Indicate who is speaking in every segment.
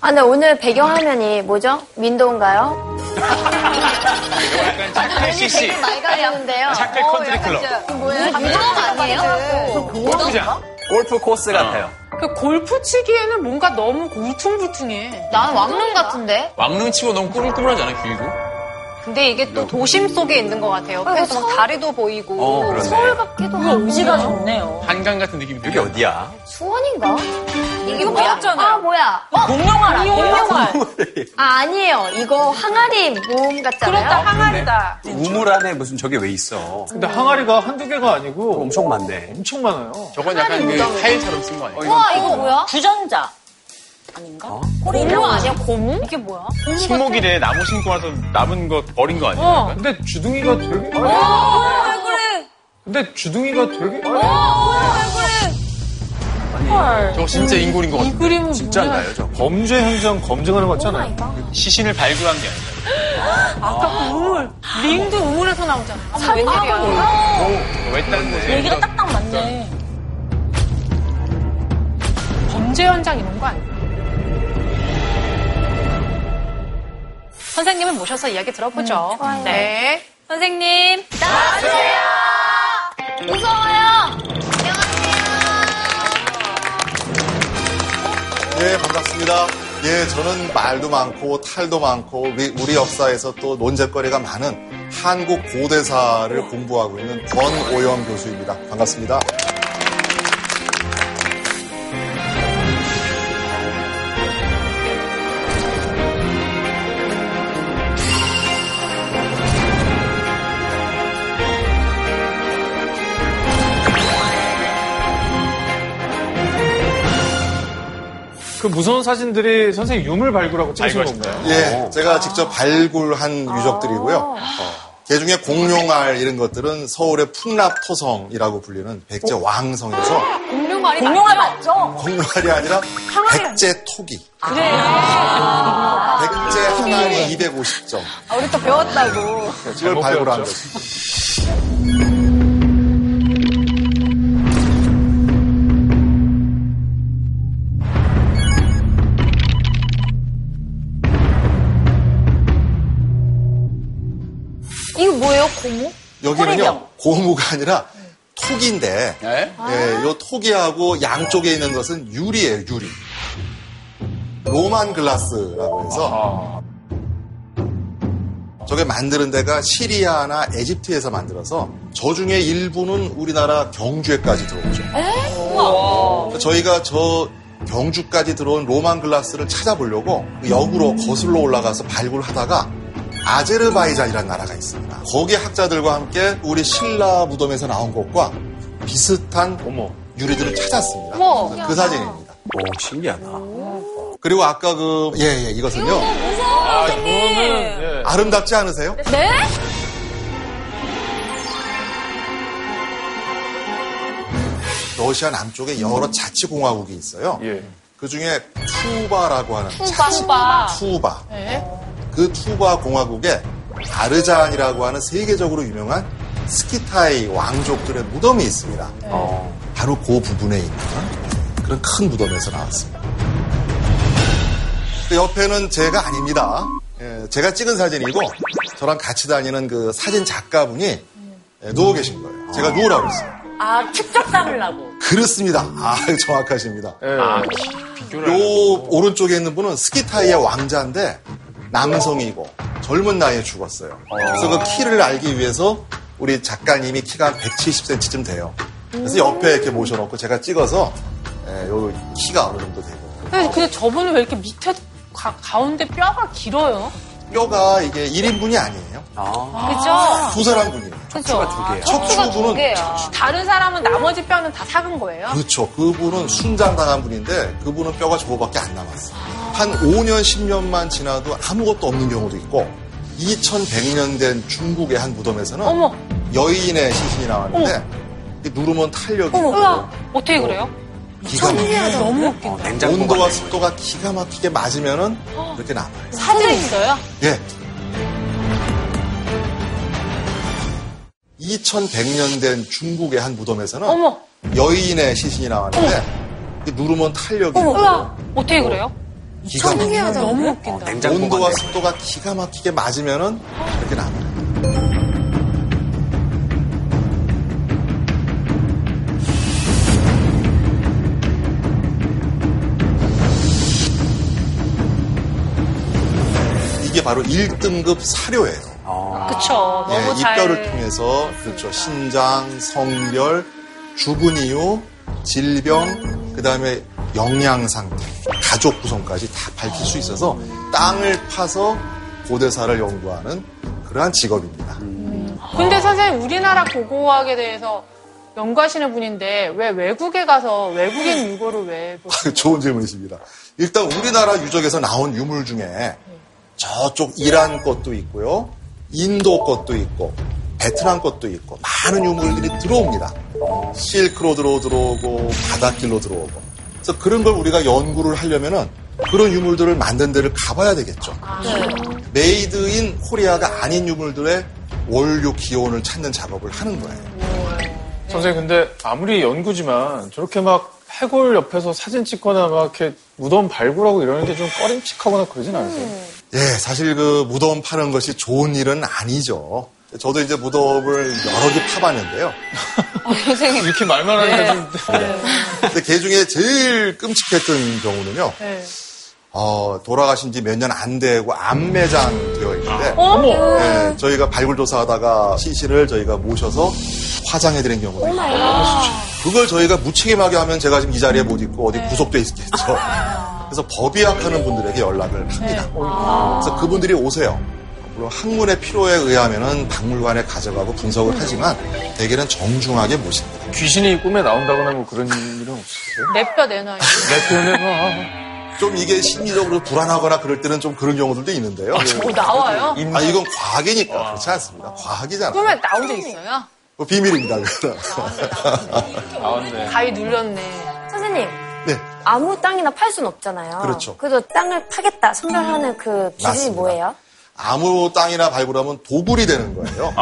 Speaker 1: 아, 근데 오늘 배경화면이 뭐죠? 윈도우인가요?
Speaker 2: 약간 착해 CC.
Speaker 1: 맑아졌는데요. 어,
Speaker 2: 착해 컨트리 클럽. 그죠?
Speaker 3: 골프 코스 같아요.
Speaker 4: 그 골프 치기에는 뭔가 너무 울퉁불퉁해.
Speaker 5: 난 왕릉 같은데?
Speaker 2: 왕눈 치고 너무 꾸물꾸물하지 않아, 길고?
Speaker 5: 근데 이게 또 도심 속에 있는 것 같아요. 옆에서 막 다리도 보이고.
Speaker 3: 어, 그렇네.
Speaker 4: 의지가 좋네요.
Speaker 2: 한강 같은 느낌이
Speaker 3: 여기
Speaker 2: 들게
Speaker 3: 어디야?
Speaker 1: 수원인가?
Speaker 5: 이거 받았잖아요.
Speaker 1: 아, 뭐야.
Speaker 4: 어, 공룡알 공룡알.
Speaker 1: 아, 아니에요. 이거 항아리 모음 같잖아요.
Speaker 4: 그렇다 항아리다.
Speaker 3: 우물 안에 무슨 저게 왜 있어?
Speaker 6: 근데 항아리가 한두 개가 아니고 엄청,
Speaker 3: 엄청 많네.
Speaker 6: 엄청 많아요.
Speaker 2: 저건 약간 그 타일처럼 쓴 거 아니에요?
Speaker 1: 어,
Speaker 5: 와, 이거 뭐야?
Speaker 4: 부전자 아닌가? 꼬리
Speaker 5: 고무 아니야, 고무? 이게 뭐야?
Speaker 2: 신목일에 나무 신고 와서 남은 거 버린 거 아니에요?
Speaker 6: 근데 주둥이가 되게 많아요.
Speaker 5: 왜 그래?
Speaker 6: 근데 주둥이가 되게 많아요.
Speaker 2: 저거 진짜 인골인 것 같은데.
Speaker 4: 그림은 뭐야?
Speaker 3: 진짜인가요, 저거?
Speaker 6: 범죄 현장 검증하는 것 같잖아요.
Speaker 2: 시신을 발굴한 게 아니라.
Speaker 4: 우물. 링도 우물에서 나오잖아.
Speaker 5: 아, 웬일이야.
Speaker 2: 왜 딴데?
Speaker 7: 얘기가 딱딱 맞네.
Speaker 4: 범죄 현장 이런 거 아니야?
Speaker 5: 선생님을 모셔서 이야기 들어보죠. 네. 선생님.
Speaker 8: 예, 반갑습니다. 예, 저는 말도 많고 탈도 많고 우리, 우리 역사에서 또 논쟁거리가 많은 한국 고대사를 공부하고 있는 권오영 교수입니다. 반갑습니다.
Speaker 6: 그 무서운 사진들이 선생님 유물 발굴하고 찍으신
Speaker 2: 발굴하신
Speaker 6: 건가요?
Speaker 8: 예, 제가 직접 발굴한 유적들이고요.
Speaker 5: 아.
Speaker 8: 그 중에 공룡알 이런 것들은 서울의 풍랍토성이라고 불리는 백제 왕성에서
Speaker 5: 공룡알이
Speaker 7: 공룡알 맞죠?
Speaker 8: 공룡알이 아니라 백제 토기. 아. 백제 항아리 250점.
Speaker 5: 아, 우리 또 배웠다고.
Speaker 8: 이걸 발굴한 거죠.
Speaker 5: 이거 뭐예요, 고무?
Speaker 8: 여기는요 고무가 아니라 톡인데
Speaker 2: 네?
Speaker 8: 예, 요 톡이하고 양쪽에 있는 것은 유리예요 유리 로만 글라스라고 해서 저게 만드는 데가 시리아나 에집트에서 만들어서 저 중에 일부는 우리나라 경주에까지 들어오죠. 저희가 저 경주까지 들어온 로만 글라스를 찾아보려고 그 역으로 거슬러 올라가서 발굴하다가 아제르바이잔이라는 나라가 있습니다. 거기 학자들과 함께 우리 신라 무덤에서 나온 것과 비슷한 유리들을 찾았습니다. 그 사진입니다.
Speaker 3: 오, 신기하다.
Speaker 8: 그리고 아까 그, 예, 예, 이것은요.
Speaker 6: 아, 예.
Speaker 8: 아름답지 않으세요? 러시아 남쪽에 여러 자치공화국이 있어요.
Speaker 6: 예.
Speaker 8: 그 중에 투바라고 하는 자치, 투바. 그 투바 공화국에 아르잔이라고 하는 세계적으로 유명한 스키타이 왕족들의 무덤이 있습니다. 바로 그 부분에 있는 그런 큰 무덤에서 나왔습니다. 그 옆에는 제가 아닙니다. 예, 제가 찍은 사진이고 저랑 같이 다니는 그 사진 작가분이 예, 누워 계신 거예요. 제가 누우라고 했어요.
Speaker 7: 아, 축적 삼으려고.
Speaker 8: 그렇습니다. 아, 정확하십니다.
Speaker 6: 예.
Speaker 8: 요 오른쪽에 있는 분은 스키타이의 왕자인데 남성이고 젊은 나이에 죽었어요. 그래서 그 키를 알기 위해서 우리 작가님이 키가 한 170cm쯤 돼요. 그래서 옆에 이렇게 모셔놓고 제가 찍어서 예, 요 키가 어느 정도 되고
Speaker 4: 근데, 근데 저분은 왜 이렇게 밑에 가, 가운데 뼈가 길어요?
Speaker 8: 뼈가 이게 1인분이 아니에요.
Speaker 4: 그죠?
Speaker 8: 두 사람 분이에요.
Speaker 4: 그죠?
Speaker 8: 척추분은
Speaker 4: 다른 사람은 나머지 뼈는 다 삭은 거예요?
Speaker 8: 그렇죠. 그분은 순장당한 분인데 그분은 뼈가 저거밖에 안 남았어. 한 5년, 10년만 지나도 아무것도 없는 경우도 있고 2100년 된 중국의 한 무덤에서는
Speaker 4: 어머.
Speaker 8: 여인의 시신이 나왔는데 이게 누르면 탄력이
Speaker 4: 우와, 어떻게
Speaker 8: 뭐
Speaker 4: 그래요?
Speaker 8: 있고 기가 막히고
Speaker 4: 너무 웃긴다.
Speaker 3: 어, 냉장고
Speaker 8: 온도와
Speaker 3: 같아.
Speaker 8: 습도가 기가 막히게 맞으면은 이렇게 남아요.
Speaker 4: 사진 있어요?
Speaker 8: 예. 2100년 된 중국의 한 무덤에서는
Speaker 4: 어머.
Speaker 8: 여인의 시신이 나왔는데 이게 누르면 탄력이 있고
Speaker 4: 우와, 어떻게 그래요?
Speaker 8: 기가 막히게
Speaker 4: 너무 웃긴다.
Speaker 3: 어, 냉장고가
Speaker 8: 온도와 습도가 기가 막히게 맞으면은 이렇게 나와요. 이게 바로 1등급 사료예요.
Speaker 5: 그쵸.
Speaker 4: 아.
Speaker 5: 너무
Speaker 8: 예,
Speaker 5: 잘.
Speaker 8: 입가를 통해서 그렇죠 신장, 성별, 죽은 이유, 질병, 그 다음에 영양 상태, 가족 구성까지 다 밝힐 수 있어서 땅을 파서 고대사를 연구하는 그러한 직업입니다.
Speaker 4: 근데 선생님 우리나라 고고학에 대해서 연구하시는 분인데 왜 외국에 가서 외국인 유고를 왜뭐 보세요?
Speaker 8: 좋은 질문이십니다. 일단 우리나라 유적에서 나온 유물 중에 저쪽 이란 것도 있고요, 인도 것도 있고, 베트남 것도 있고, 많은 유물들이 들어옵니다. 실크로드로 들어오고, 바닷길로 들어오고. 그래서 그런 걸 우리가 연구를 하려면은 그런 유물들을 만든 데를 가봐야 되겠죠. 메이드인 코리아가 아닌 유물들의 원료 기원을 찾는 작업을 하는 거예요.
Speaker 6: 선생님 근데 아무리 연구지만 저렇게 막 해골 옆에서 사진 찍거나 막 이렇게 무덤 발굴하고 이러는 게 좀 꺼림칙하거나 그러진 않으세요?
Speaker 8: 예, 사실 그 무덤 파는 것이 좋은 일은 아니죠. 저도 이제 무덤을 여러 개 파봤는데요.
Speaker 6: 이렇게 말만 하니까 좀
Speaker 8: 근데 그 중에 제일 끔찍했던 경우는요.
Speaker 4: 네.
Speaker 8: 어, 돌아가신 지 몇 년 안 되고 안매장 되어 있는데 예, 저희가 발굴 조사하다가 시신을 저희가 모셔서 화장해 드린 경우도 있고 그걸 저희가 무책임하게 하면 제가 지금 이 자리에 못 있고 어디 구속돼 있겠죠. 그래서 법의학하는 분들에게 연락을 합니다. 그래서 그분들이 오세요. 물론 학문의 필요에 의하면은 박물관에 가져가고 분석을 하지만 대개는 정중하게 모십니다.
Speaker 6: 귀신이 꿈에 나온다거나 뭐 그런 일은 없으세요?
Speaker 4: 내 뼈 내놔요.
Speaker 6: 내 표현해봐.
Speaker 8: 좀 이게 심리적으로 불안하거나 그럴 때는 좀 그런 경우들도 있는데요.
Speaker 4: 뭐 나와요?
Speaker 8: 아, 이건 과학이니까 그렇지 않습니다. 과학이잖아. 요뭐
Speaker 4: 꿈에 나온 적 있어요?
Speaker 8: 비밀입니다. 그거는.
Speaker 6: 나왔네.
Speaker 4: 가위 눌렸네.
Speaker 7: 선생님,
Speaker 8: 네.
Speaker 7: 아무 땅이나 팔 순 없잖아요.
Speaker 8: 그렇죠.
Speaker 7: 그래도 땅을 파겠다 선별하는 그 기준이
Speaker 8: 맞습니다.
Speaker 7: 뭐예요?
Speaker 8: 아무 땅이나 발굴하면 도굴이 되는 거예요.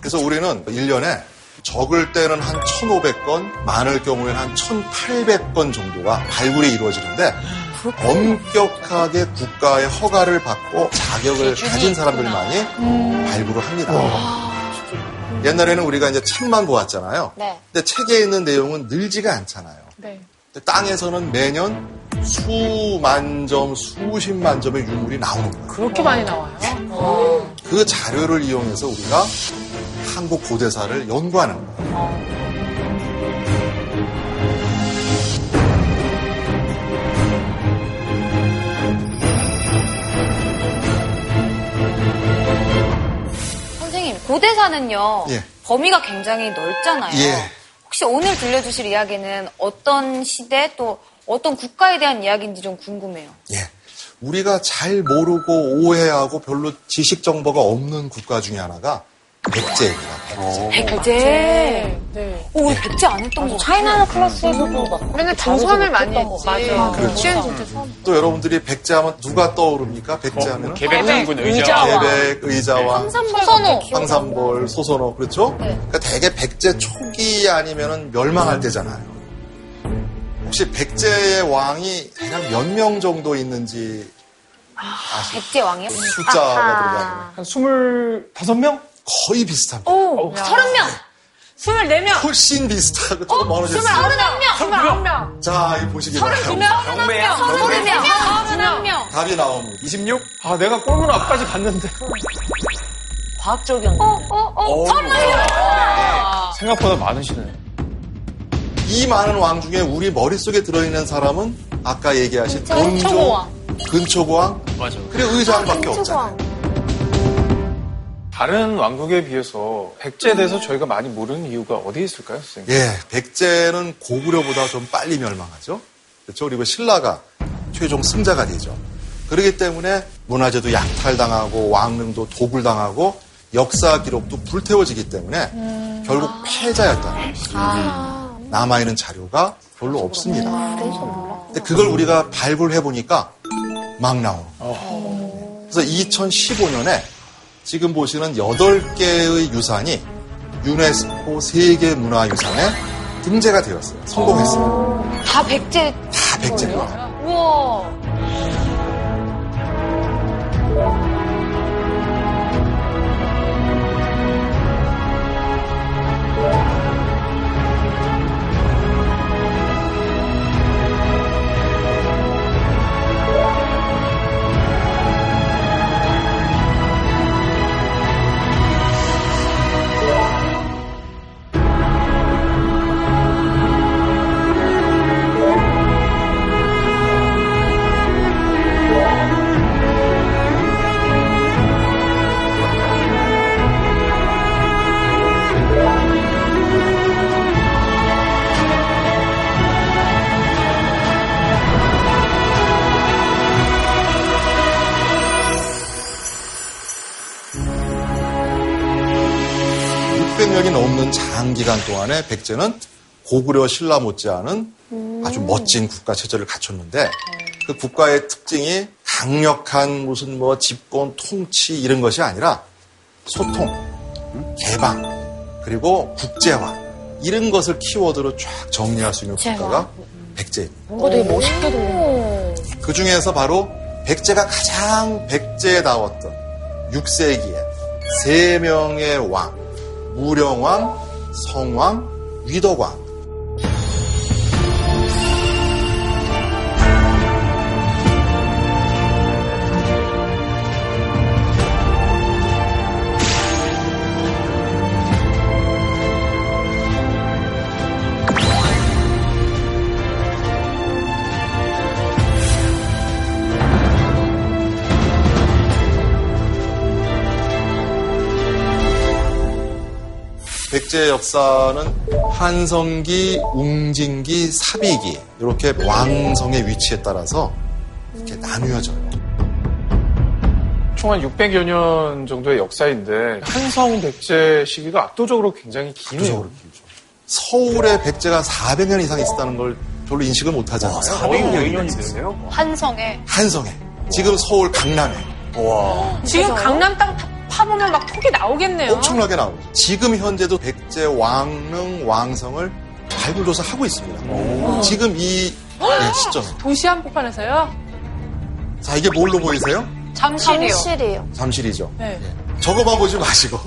Speaker 8: 그래서 우리는 1년에 적을 때는 한 1,500건, 많을 경우에는 한 1,800건 정도가 발굴이 이루어지는데 엄격하게 국가의 허가를 받고 자격을 가진 사람들만이 발굴을 합니다. 옛날에는 우리가 이제 책만 보았잖아요.
Speaker 5: 네.
Speaker 8: 근데 책에 있는 내용은 늘지가 않잖아요.
Speaker 4: 네.
Speaker 8: 근데 땅에서는 매년 수만 점, 수십만 점의 유물이 나오는 거예요.
Speaker 4: 그렇게 많이 나와요?
Speaker 8: 그 자료를 이용해서 우리가 한국 고대사를 연구하는 거예요.
Speaker 5: 선생님, 고대사는요.
Speaker 8: 예.
Speaker 5: 범위가 굉장히 넓잖아요.
Speaker 8: 예.
Speaker 5: 혹시 오늘 들려주실 이야기는 어떤 시대 또 어떤 국가에 대한 이야기인지 좀 궁금해요.
Speaker 8: 예. 우리가 잘 모르고 오해하고 별로 지식 정보가 없는 국가 중에 하나가 백제입니다.
Speaker 5: 백제.
Speaker 4: 네.
Speaker 5: 오, 우리 백제 안 했던 거.
Speaker 7: 차이나는 클래스에도 막
Speaker 4: 맨날 조선을 많이 했지. 맞아.
Speaker 8: 그렇죠.
Speaker 4: 시엔 진짜 처음.
Speaker 8: 또 여러분들이 백제 하면 누가 떠오릅니까? 백제 하면
Speaker 2: 어, 개백군 의자.
Speaker 7: 의자와.
Speaker 8: 개백, 의자왕,
Speaker 5: 선호.
Speaker 8: 황산벌, 소선호 그렇죠? 그러니까 대개 백제 초기 아니면 멸망할 때잖아요. 혹시 백제의 왕이 대략 몇 명 정도 있는지
Speaker 5: 백제
Speaker 7: 음,
Speaker 5: 왕이요?
Speaker 7: 아,
Speaker 8: 숫자가 들어가요.
Speaker 6: 한 25명?
Speaker 8: 거의 비슷합니다.
Speaker 7: 오,
Speaker 5: 서른 명.
Speaker 4: 24명.
Speaker 8: 훨씬 비슷하고 조금 멀어졌어요.
Speaker 4: 31명.
Speaker 8: 자, 이 보시기 바랍니다.
Speaker 3: 경매야.
Speaker 5: 서른 명. 서른 명.
Speaker 8: 답이 나옵니다.
Speaker 3: 26?
Speaker 6: 아 내가 꼴문 앞까지 갔는데
Speaker 7: 과학적인 거.
Speaker 3: 어,
Speaker 6: 생각보다 많으시네.
Speaker 8: 이 많은 왕 중에 우리 머릿속에 들어있는 사람은 아까 얘기하신 동종, 근초고왕,
Speaker 2: 맞아.
Speaker 8: 그리고 의장밖에 없잖아요.
Speaker 6: 다른 왕국에 비해서 백제에 대해서 저희가 많이 모르는 이유가 어디에 있을까요, 선생님?
Speaker 8: 예, 백제는 고구려보다 좀 빨리 멸망하죠. 그렇죠. 그리고 신라가 최종 승자가 되죠. 그렇기 때문에 문화재도 약탈당하고 왕릉도 도굴당하고 역사 기록도 불태워지기 때문에 결국 패자였다는 거죠. 음. 남아있는 자료가 별로 없습니다. 근데 그걸 우리가 발굴해 보니까 막 나오는 거예요. 그래서 2015년에 지금 보시는 8개의 유산이 유네스코 세계문화유산에 등재가 되었어요. 성공했어요.
Speaker 5: 다 백제.
Speaker 8: 다 백제입니다.
Speaker 5: 우와.
Speaker 8: 100년이 넘는 장기간 동안에 백제는 고구려 신라 못지않은 아주 멋진 국가 체제를 갖췄는데 그 국가의 특징이 강력한 무슨 뭐 집권 통치 이런 것이 아니라 소통, 개방, 그리고 국제화 이런 것을 키워드로 쫙 정리할 수 있는 국가가 백제입니다.
Speaker 7: 뭔가 되게 멋있게 들려.
Speaker 8: 그 중에서 바로 백제가 가장 백제다웠던 6세기에 세 명의 왕, 무령왕, 성왕, 위덕왕. 백제 역사는 한성기, 웅진기, 사비기 이렇게 왕성의 위치에 따라서 이렇게 나뉘어져요.
Speaker 6: 총 한 600여 년 정도의 역사인데 한성 백제 시기가 압도적으로 굉장히 기네요.
Speaker 8: 압도적으로 서울에 백제가 400년 이상 있었다는 걸 별로 인식을 못 하잖아요.
Speaker 3: 거의 5년이 됐어요?
Speaker 4: 한성에.
Speaker 8: 한성에. 지금 서울 강남에
Speaker 3: 와.
Speaker 4: 지금 강남 땅 파- 파보면 막 톡이 나오겠네요.
Speaker 8: 엄청나게 나오죠. 지금 현재도 백제 왕릉 왕성을 발굴조사 하고 있습니다. 지금 이 네, 시점.
Speaker 4: 어? 도시 한복판에서요?
Speaker 8: 자 이게 뭘로 보이세요?
Speaker 4: 잠실이요.
Speaker 7: 잠실이요.
Speaker 8: 잠실이죠.
Speaker 4: 네.
Speaker 8: 저거만 보지 마시고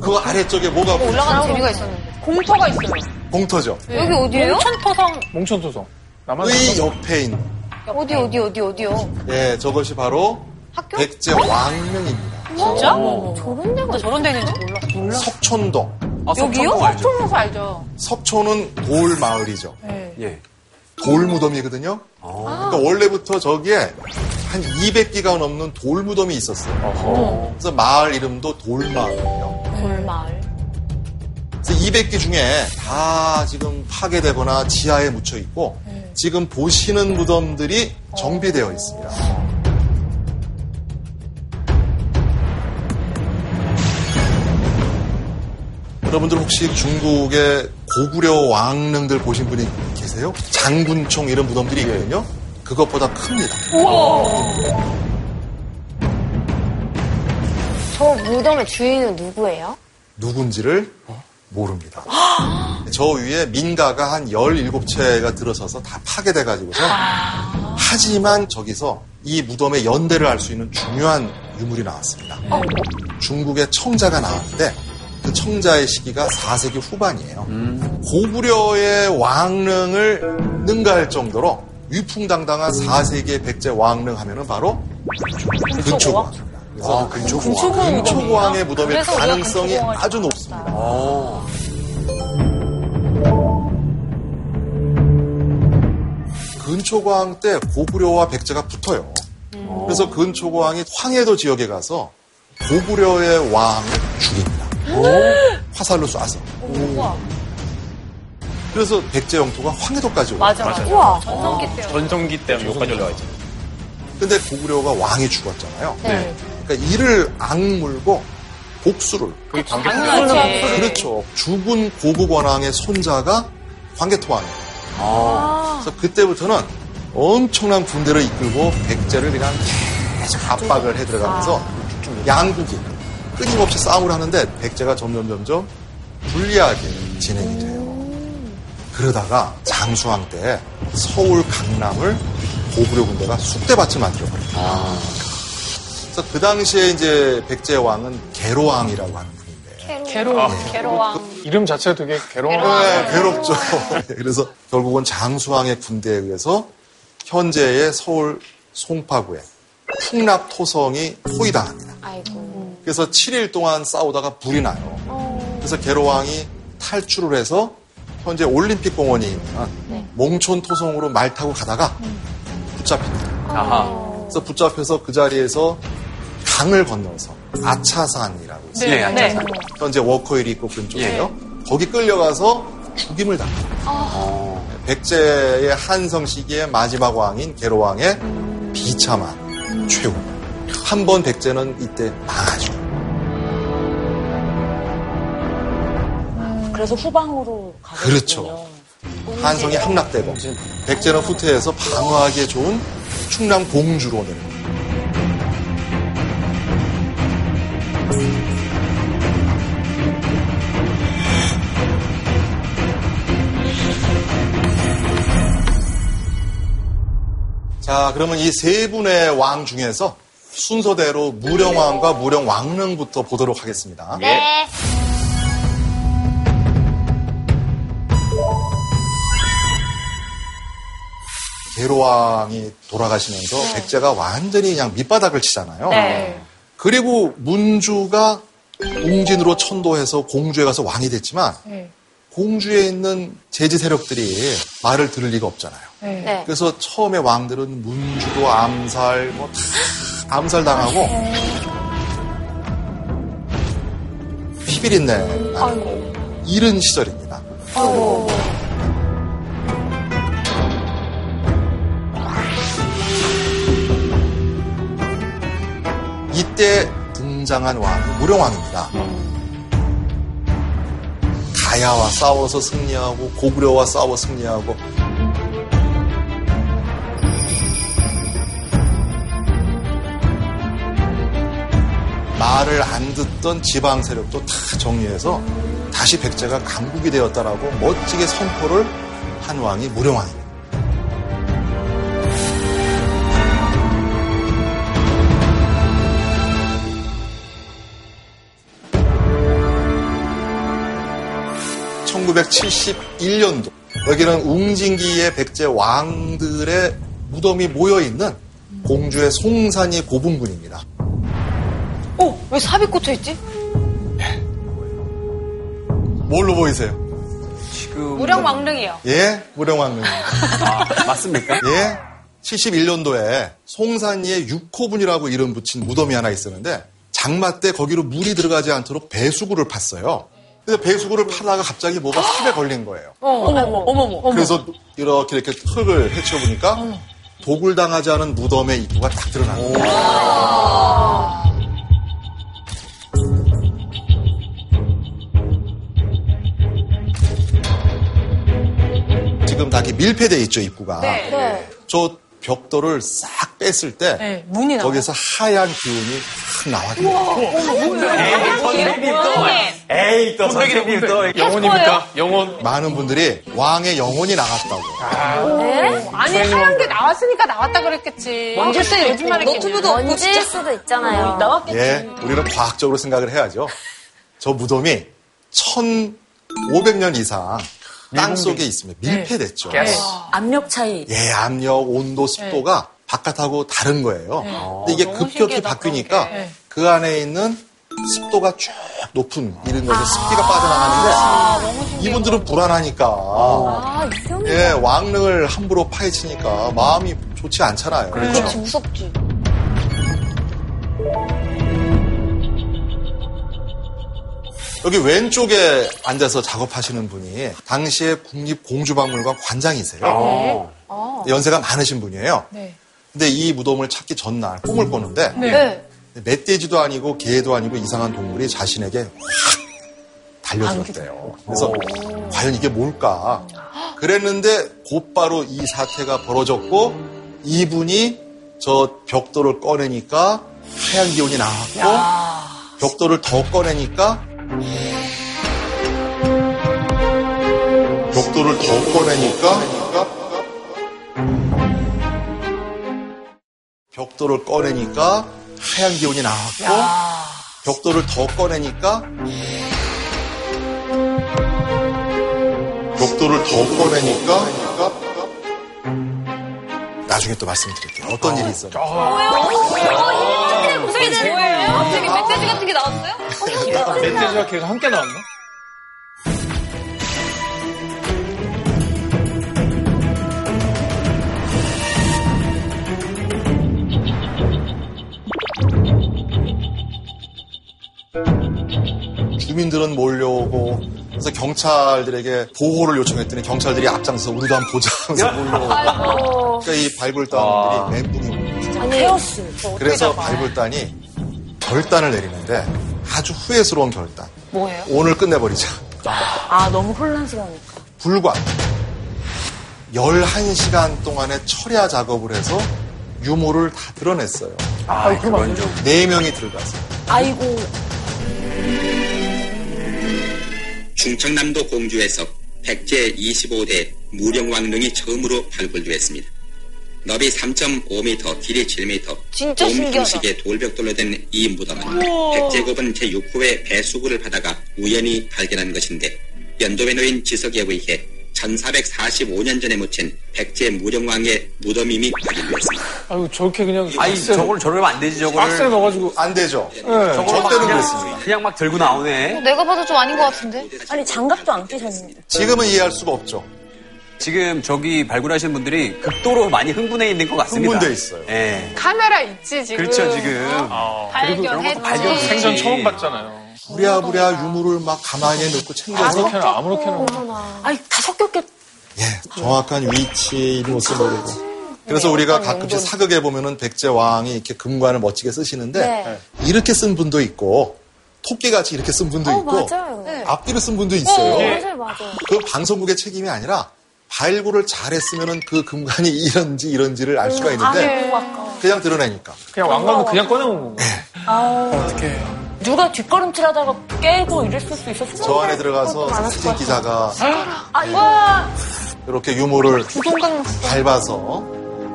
Speaker 8: 그 아래쪽에 뭐가 보이세요?
Speaker 5: 네. 어, 올라가는 재미가 있었는데.
Speaker 4: 공터가 있어요.
Speaker 8: 공터죠.
Speaker 5: 여기 어디예요?
Speaker 4: 천터성.
Speaker 6: 몽천토성. 남한
Speaker 8: 의 옆에 있는
Speaker 5: 어디 어디 어디 어디요?
Speaker 8: 예 저것이 바로
Speaker 5: 학교?
Speaker 8: 백제 왕릉입니다.
Speaker 5: 진짜?
Speaker 7: 저런 데가 있어.
Speaker 5: 저런 데 있는지 몰라.
Speaker 8: 석촌동.
Speaker 3: 아,
Speaker 5: 여기요?
Speaker 3: 석천봉 알죠?
Speaker 4: 청무사 알죠?
Speaker 8: 석촌은 돌 마을이죠.
Speaker 4: 네.
Speaker 3: 예.
Speaker 8: 돌 무덤이거든요. 그러니까 원래부터 저기에 한 200기가 넘는 돌 무덤이 있었어요. 그래서 마을 이름도 돌마을이에요.
Speaker 7: 돌마을.
Speaker 8: 그래서 200기 중에 다 지금 파괴되거나 지하에 묻혀 있고 지금 보시는 무덤들이 정비되어 있습니다. 여러분들 혹시 중국의 고구려 왕릉들 보신 분이 계세요? 장군총 이런 무덤들이 있거든요. 그것보다 큽니다.
Speaker 7: 저 무덤의 주인은 누구예요?
Speaker 8: 누군지를 모릅니다. 저 위에 민가가 한 17채가 들어서서 다 파괴돼가지고서 하지만 저기서 이 무덤의 연대를 알 수 있는 중요한 유물이 나왔습니다. 중국의 청자가 나왔는데 그 청자의 시기가 4세기 후반이에요. 고구려의 왕릉을 능가할 정도로 위풍당당한 4세기의 백제 왕릉 하면은 바로 근초고왕.
Speaker 3: 아, 근초고.
Speaker 8: 금초고왕의 무덤의
Speaker 5: 그래서 우리가
Speaker 8: 가능성이
Speaker 5: 금초고왕을
Speaker 8: 아주 높습니다. 어.
Speaker 3: 아.
Speaker 8: 근초고왕 때 고구려와 백제가 붙어요.
Speaker 5: 음.
Speaker 8: 그래서 근초고왕이 황해도 지역에 가서 고구려의 왕을 죽입니다.
Speaker 5: 음.
Speaker 8: 어? 화살로 쏴서.
Speaker 5: 어,
Speaker 8: 그래서 백제 영토가 황해도까지 오고
Speaker 5: 맞아 맞아. 우와. 전성기 때요.
Speaker 2: 뭐 전성기 때문에 여기까지 올라와 있죠.
Speaker 8: 근데 고구려가 왕이 죽었잖아요.
Speaker 5: 네.
Speaker 8: 그러니까 이를 악물고 복수를
Speaker 2: 거의 관계
Speaker 5: 당연하지.
Speaker 8: 그렇죠. 죽은 고급 원왕의 손자가 광개토왕이에요. 그래서 그때부터는 엄청난 군대를 이끌고 백제를 그냥 계속 압박을 해들어가면서 아. 양국이 끊임없이 싸움을 하는데 백제가 점점 점점 불리하게 진행이 돼요. 그러다가 장수왕 때 서울 강남을 고구려 군대가 쑥대밭을 만들어버립니다. 그래서 그 당시에 이제 백제 왕은 개로왕이라고 하는 분인데
Speaker 4: 괴로워.
Speaker 6: 아. 이름 자체가 되게 괴로운
Speaker 8: 네, 괴롭죠. 그래서 결국은 장수왕의 군대에 의해서 현재의 서울 송파구에 풍납토성이 포위당합니다.
Speaker 7: 아이고.
Speaker 8: 그래서 7일 동안 싸우다가 불이 나요. 그래서 개로왕이 탈출을 해서 현재 올림픽공원이 있는
Speaker 7: 네.
Speaker 8: 몽촌토성으로 말 타고 가다가
Speaker 7: 음.
Speaker 8: 붙잡힙니다.
Speaker 3: 아하.
Speaker 8: 그래서 붙잡혀서 그 자리에서 강을 건너서 아차산이라고 있어요.
Speaker 3: 예, 앉아서.
Speaker 4: 네.
Speaker 8: 현재 워커힐이 있고 그런 쪽이에요. 거기 끌려가서 죽임을 당합니다. 백제의 한성 시기의 마지막 왕인 개로왕의 비참한 최후. 한 번 백제는 이때 망하죠.
Speaker 9: 그래서 후방으로 가거든요.
Speaker 8: 그렇죠. 한성이 함락되고 백제는 후퇴해서 방어하기에 좋은 충남 공주로 내려옵니다. 자, 그러면 이 세 분의 왕 중에서 순서대로 무령왕과 무령왕릉부터 보도록 하겠습니다.
Speaker 1: 네.
Speaker 8: 대로왕이 돌아가시면서 백제가 완전히 그냥 밑바닥을 치잖아요.
Speaker 5: 네.
Speaker 8: 그리고 문주가 웅진으로 천도해서 공주에 가서 왕이 됐지만
Speaker 4: 네.
Speaker 8: 공주에 있는 제지 세력들이 말을 들을 리가 없잖아요.
Speaker 4: 네.
Speaker 7: 네.
Speaker 8: 그래서 처음에 왕들은 문주도 암살, 뭐, 다 암살당하고, 피비린내 나고, 이른 시절입니다. 이때 등장한 왕이 무령왕입니다. 가야와 싸워서 승리하고, 고구려와 싸워 승리하고, 말을 안 듣던 지방 세력도 다 정리해서 다시 백제가 강국이 되었다라고 멋지게 선포를 한 왕이 무령왕입니다. (1971년도) 여기는 웅진기의 백제 왕들의 무덤이 모여 있는 공주의 송산이 고분군입니다.
Speaker 5: 어, 왜 삽이 꽂혀있지?
Speaker 8: 뭘로 보이세요?
Speaker 5: 무령왕릉이에요.
Speaker 8: 예, 무령왕릉.
Speaker 3: 맞습니까?
Speaker 8: 예, 71년도에 송산리에 육호분이라고 이름 붙인 무덤이 하나 있었는데 장마 때 거기로 물이 들어가지 않도록 배수구를 팠어요. 근데 배수구를 파다가 갑자기 뭐가 삽에 걸린 거예요.
Speaker 4: 어,
Speaker 8: 그래서 이렇게 이렇게 흙을 헤쳐 보니까 도굴 당하지 않은 무덤의 입구가 딱 드러나는 거예요. 지금 다 이렇게 밀폐돼 있죠 입구가.
Speaker 7: 네.
Speaker 8: 저 벽돌을 싹 뺐을 때
Speaker 4: 네, 문이 나와요.
Speaker 8: 거기서 하얀 기운이 확 나와요.
Speaker 4: 아, 네.
Speaker 3: 에이, 또 선생님
Speaker 2: 네.
Speaker 3: 또.
Speaker 6: 영혼입니까? 영혼.
Speaker 8: 많은 분들이 왕의 영혼이 나갔다고.
Speaker 4: 아니 하얀 게 나왔으니까 나왔다 그랬겠지.
Speaker 5: 언제쯤
Speaker 4: 거짓말 했겠냐.
Speaker 5: 너튜브도 없고
Speaker 7: 먼지일
Speaker 5: 진짜 음.
Speaker 7: 수도 있잖아요.
Speaker 8: 예, 우리는 과학적으로 생각을 해야죠. 저 무덤이 1500년 이상 땅 속에 있습니다. 밀폐됐죠.
Speaker 4: 네.
Speaker 9: 압력 차이.
Speaker 8: 예, 압력, 온도, 습도가 바깥하고 다른 거예요. 근데 이게 급격히 바뀌니까
Speaker 4: 네.
Speaker 8: 그 안에 있는 습도가 쭉 높은 이런 거에서 습기가 빠져나가는데 이분들은 불안하니까
Speaker 7: 아, 이상해.
Speaker 8: 예, 왕릉을 함부로 파헤치니까 마음이 좋지 않잖아요. 그렇죠.
Speaker 5: 무섭지.
Speaker 8: 여기 왼쪽에 앉아서 작업하시는 분이 당시에 국립공주박물관 관장이세요.
Speaker 3: 아. 어,
Speaker 8: 어. 연세가 많으신 분이에요.
Speaker 4: 네.
Speaker 8: 근데 이 무덤을 찾기 전날 꿈을 꾸는데
Speaker 5: 네.
Speaker 8: 멧돼지도 아니고 개도 아니고 이상한 동물이 자신에게 확 달려들었대요. 그래서 과연 이게 뭘까? 그랬는데 곧바로 이 사태가 벌어졌고 이분이 저 벽돌을 꺼내니까 하얀 기운이 나왔고 벽돌을 더 꺼내니까 벽돌을 더 꺼내니까 벽돌을 꺼내니까 하얀 기운이 나왔고 벽돌을 더 꺼내니까 벽돌을 더 꺼내니까 나중에 또 말씀드릴게요. 어떤 일이 있었는지.
Speaker 4: 네.
Speaker 5: 무슨 일이 뭐예요? 갑자기
Speaker 7: 어.
Speaker 5: 멧돼지 같은 게 나왔어요?
Speaker 6: 멧돼지와 걔가 함께 나왔나?
Speaker 8: 주민들은 몰려오고 그래서 경찰들에게 보호를 요청했더니 경찰들이 앞장서 우리도 한번 보자 하면서 몰려오고 그러니까 이
Speaker 3: 와.
Speaker 8: 발굴단들이 멘붕이 오는 거죠.
Speaker 9: 헤어스.
Speaker 8: 그래서 발굴단이 결단을 내리는데 아주 후회스러운 결단 뭐예요? 오늘 끝내버리자
Speaker 9: 아, 너무 혼란스러우니까.
Speaker 8: 불과 11시간 동안의 철야 작업을 해서 유모를 다 드러냈어요.
Speaker 3: 아, 그런 적.
Speaker 8: 네명이 들어가서.
Speaker 9: 아이고,
Speaker 10: 충청남도 공주에서 백제 25대 무령왕릉이 처음으로 발굴되었습니다. 너비 3.5m, 길이 7m,
Speaker 5: 진짜
Speaker 10: 돔
Speaker 5: 신기하다.
Speaker 10: 형식의 돌벽돌로 된 이 무덤은 백제고분 제6호의 배수구를 받아가 우연히 발견한 것인데 연도에 놓인 지석에 의해 1445년 전에 묻힌 백제 무령왕의 무덤임이 발견되었습니다.
Speaker 6: 아유 저렇게 그냥
Speaker 3: 아니,
Speaker 6: 박스에-
Speaker 3: 저걸 저러면 안 되지, 저걸.
Speaker 6: 박스에 넣어가지고
Speaker 8: 안 되죠.
Speaker 6: 예.
Speaker 3: 저걸 막
Speaker 8: 절대로
Speaker 3: 그냥-
Speaker 8: 그랬습니다.
Speaker 3: 그냥 막 들고 나오네.
Speaker 5: 내가 봐도 좀 아닌 것 같은데?
Speaker 9: 아니, 장갑도 안 끼셨는데.
Speaker 8: 지금은 이해할 수가 없죠.
Speaker 3: 지금 저기 발굴하시는 분들이 극도로 많이 흥분해 있는 것 같습니다.
Speaker 8: 흥분돼 있어요.
Speaker 3: 예.
Speaker 4: 카메라 있지 지금.
Speaker 3: 그렇죠, 지금. 발견
Speaker 5: 발견했지.
Speaker 6: 생전 처음 봤잖아요.
Speaker 8: 부랴부랴 유물을 막 가만히 넣고 챙겨서
Speaker 6: 아무렇게나 아무렇게나.
Speaker 9: 아니, 다 섞였겠다.
Speaker 8: 예, 정확한 위치의 이름을 모르고. 그래서 우리가 가끔씩 사극에 보면은 백제 왕이 이렇게 금관을 멋지게 쓰시는데
Speaker 7: 네.
Speaker 8: 이렇게 쓴 분도 있고 토끼같이 이렇게 쓴 분도 있고
Speaker 7: 어, 맞아요. 네.
Speaker 8: 앞뒤로 쓴 분도 있어요.
Speaker 7: 맞아요, 맞아요.
Speaker 8: 그 방송국의 책임이 아니라 발굴을 잘했으면은 그 금관이 이런지 이런지를 알 수가
Speaker 4: 네.
Speaker 8: 있는데 그냥 드러내니까.
Speaker 6: 그냥 왕관은 그냥 꺼내온 건가?
Speaker 9: 누가 뒷걸음질 하다가 깨고 이랬을 수 있었을
Speaker 8: 저 안에 들어가서 사진 기자가
Speaker 4: 아,
Speaker 8: 이렇게 유모를 밟아서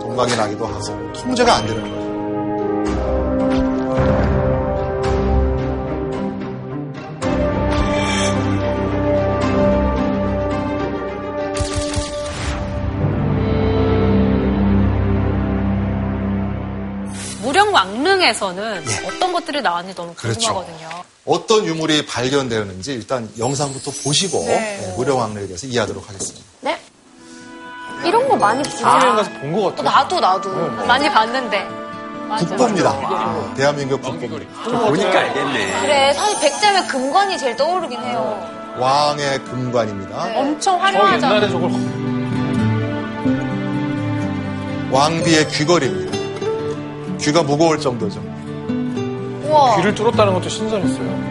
Speaker 8: 동강이 나기도 하고 통제가 안 되는 거예요.
Speaker 5: 무령왕릉에서는 어떤 것들이 나왔는지 너무
Speaker 8: 그렇죠.
Speaker 5: 궁금하거든요.
Speaker 8: 어떤 유물이 발견되었는지 일단 영상부터 보시고 네, 무령왕릉에 대해서 이해하도록 하겠습니다.
Speaker 1: 네?
Speaker 7: 이런 거 많이
Speaker 6: 아,
Speaker 7: 보세요.
Speaker 6: 가서 본 것 같아.
Speaker 5: 나도 나도 많이 봤는데.
Speaker 8: 국보입니다. 네. 대한민국 국보입니다.
Speaker 3: 보니까 아, 알겠네.
Speaker 5: 그래 사실 백제면 금관이 제일 떠오르긴 해요.
Speaker 8: 왕의 금관입니다.
Speaker 4: 엄청
Speaker 6: 저
Speaker 4: 화려하잖아.
Speaker 6: 옛날에 저걸
Speaker 8: 왕비의 귀걸이입니다. 귀가 무거울 정도죠.
Speaker 5: 우와.
Speaker 6: 귀를 뚫었다는 것도 신선했어요.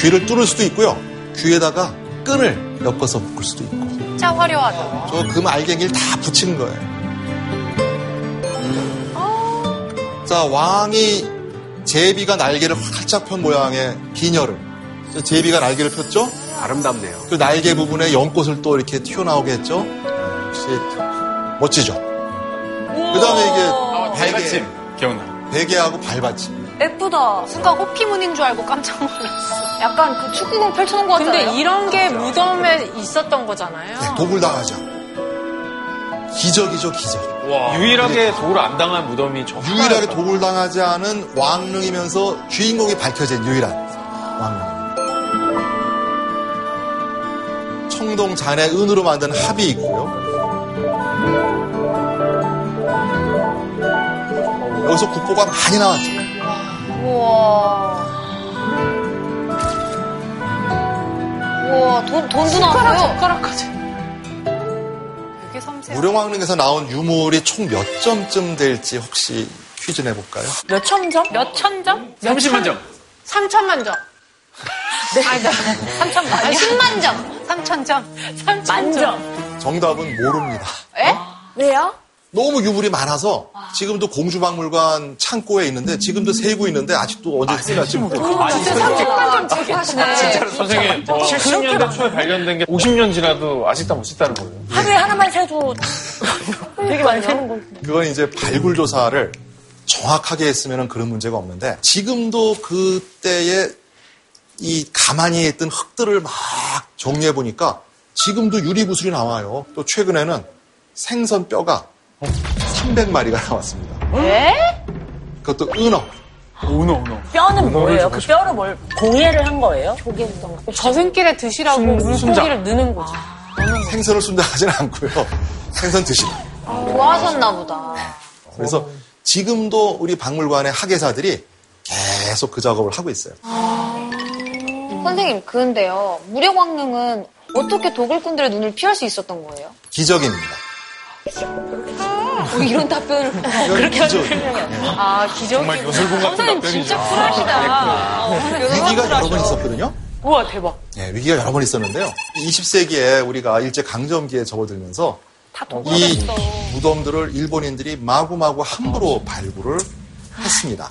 Speaker 8: 귀를 뚫을 수도 있고요. 귀에다가 끈을 엮어서 묶을 수도 있고.
Speaker 5: 진짜 화려하다.
Speaker 8: 저 금 알갱이를 다 붙이는 거예요. 음. 자, 왕이 제비가 날개를 활짝 편 모양의 비녀를. 저 제비가 날개를 폈죠?
Speaker 3: 아름답네요.
Speaker 8: 그 날개 부분에 연꽃을 또 이렇게 튀어나오게 했죠? 역시 멋지죠?
Speaker 2: 어.
Speaker 8: 그 다음에 이게 베개,
Speaker 2: 기억나.
Speaker 8: 베개하고 발받침.
Speaker 5: 예쁘다. 순간 호피문인 줄 알고 깜짝 놀랐어. 약간 그 축구공 펼쳐놓은 것 같잖아요.
Speaker 4: 근데 이런 게 무덤에 있었던 거잖아요.
Speaker 8: 네, 도굴당하죠. 기적이죠, 기적.
Speaker 6: 유일하게 도를 안 당한 무덤이 저.
Speaker 8: 유일하게 도굴당하지 않은 왕릉이면서 주인공이 밝혀진 유일한 왕릉. 청동 잔에 은으로 만든 합이 있고요. 여기서 국보가 많이 나왔죠.
Speaker 5: 우와. 우와, 돈, 돈도
Speaker 4: 숟가락
Speaker 5: 나와요.
Speaker 4: 젓가락까지. 되게 섬세해.
Speaker 8: 무령왕릉에서 나온 유물이 총 몇 점쯤 될지 혹시 퀴즈 내볼까요?
Speaker 9: 몇 천점?
Speaker 5: 몇천 점?
Speaker 3: 30만 점.
Speaker 4: 3천만 점. 네.
Speaker 5: 삼천 점. 아니, 10만 점. 삼천 점.
Speaker 9: 만 점.
Speaker 8: 정답은 모릅니다.
Speaker 5: 에?
Speaker 7: 왜요?
Speaker 8: 너무 유물이 많아서 지금도 공주박물관 창고에 있는데 지금도 세고 있는데 아직도 언제 쓰나지 모르겠어요.
Speaker 4: 진짜 30만 점 되게 하시네.
Speaker 6: 선생님, 70년대 초에 발견된 게 50년 지나도 아직도 못 썼다는 거예요.
Speaker 9: 하루에 하나만 세도 되게 많이 세는 거.
Speaker 8: 그건 이제 발굴 조사를 정확하게 했으면 그런 문제가 없는데 지금도 그때의 이 가만히 있던 흙들을 막 정리해 보니까 지금도 유리 구슬이 나와요. 또 최근에는 생선 뼈가 300마리가 나왔습니다. 네? 그것도 은어.
Speaker 2: 오너, 오너.
Speaker 9: 뼈는 뭐예요? 그 뼈를 뭘 공예를 한 거예요? 조개부터.
Speaker 4: 저승길에 드시라고 물고기를 넣는 거지.
Speaker 8: 생선을 순다 하진 않고요. 생선 드시고.
Speaker 5: 좋아하셨나 보다.
Speaker 8: 그래서 지금도 우리 박물관의 학예사들이 계속 그 작업을 하고 있어요.
Speaker 5: 선생님, 그런데요. 무력왕릉은 어떻게 도굴꾼들의 눈을 피할 수 있었던 거예요?
Speaker 8: 기적입니다.
Speaker 5: 뭐 이런 답변을.
Speaker 8: 그렇게 기적.
Speaker 4: 아, 기적이.
Speaker 6: 정말 요술공 같은
Speaker 5: 선생님,
Speaker 6: 답변이죠.
Speaker 5: 진짜 쿨하시다. 어,
Speaker 4: 아,
Speaker 8: 네. 그렇죠. 위기가 여러 번 있었거든요.
Speaker 4: 우와, 대박.
Speaker 8: 예, 위기가 여러 번 있었는데요. 20세기에 우리가 일제 강점기에 접어들면서 이 무덤들을 일본인들이 마구마구 함부로 발굴을 했습니다.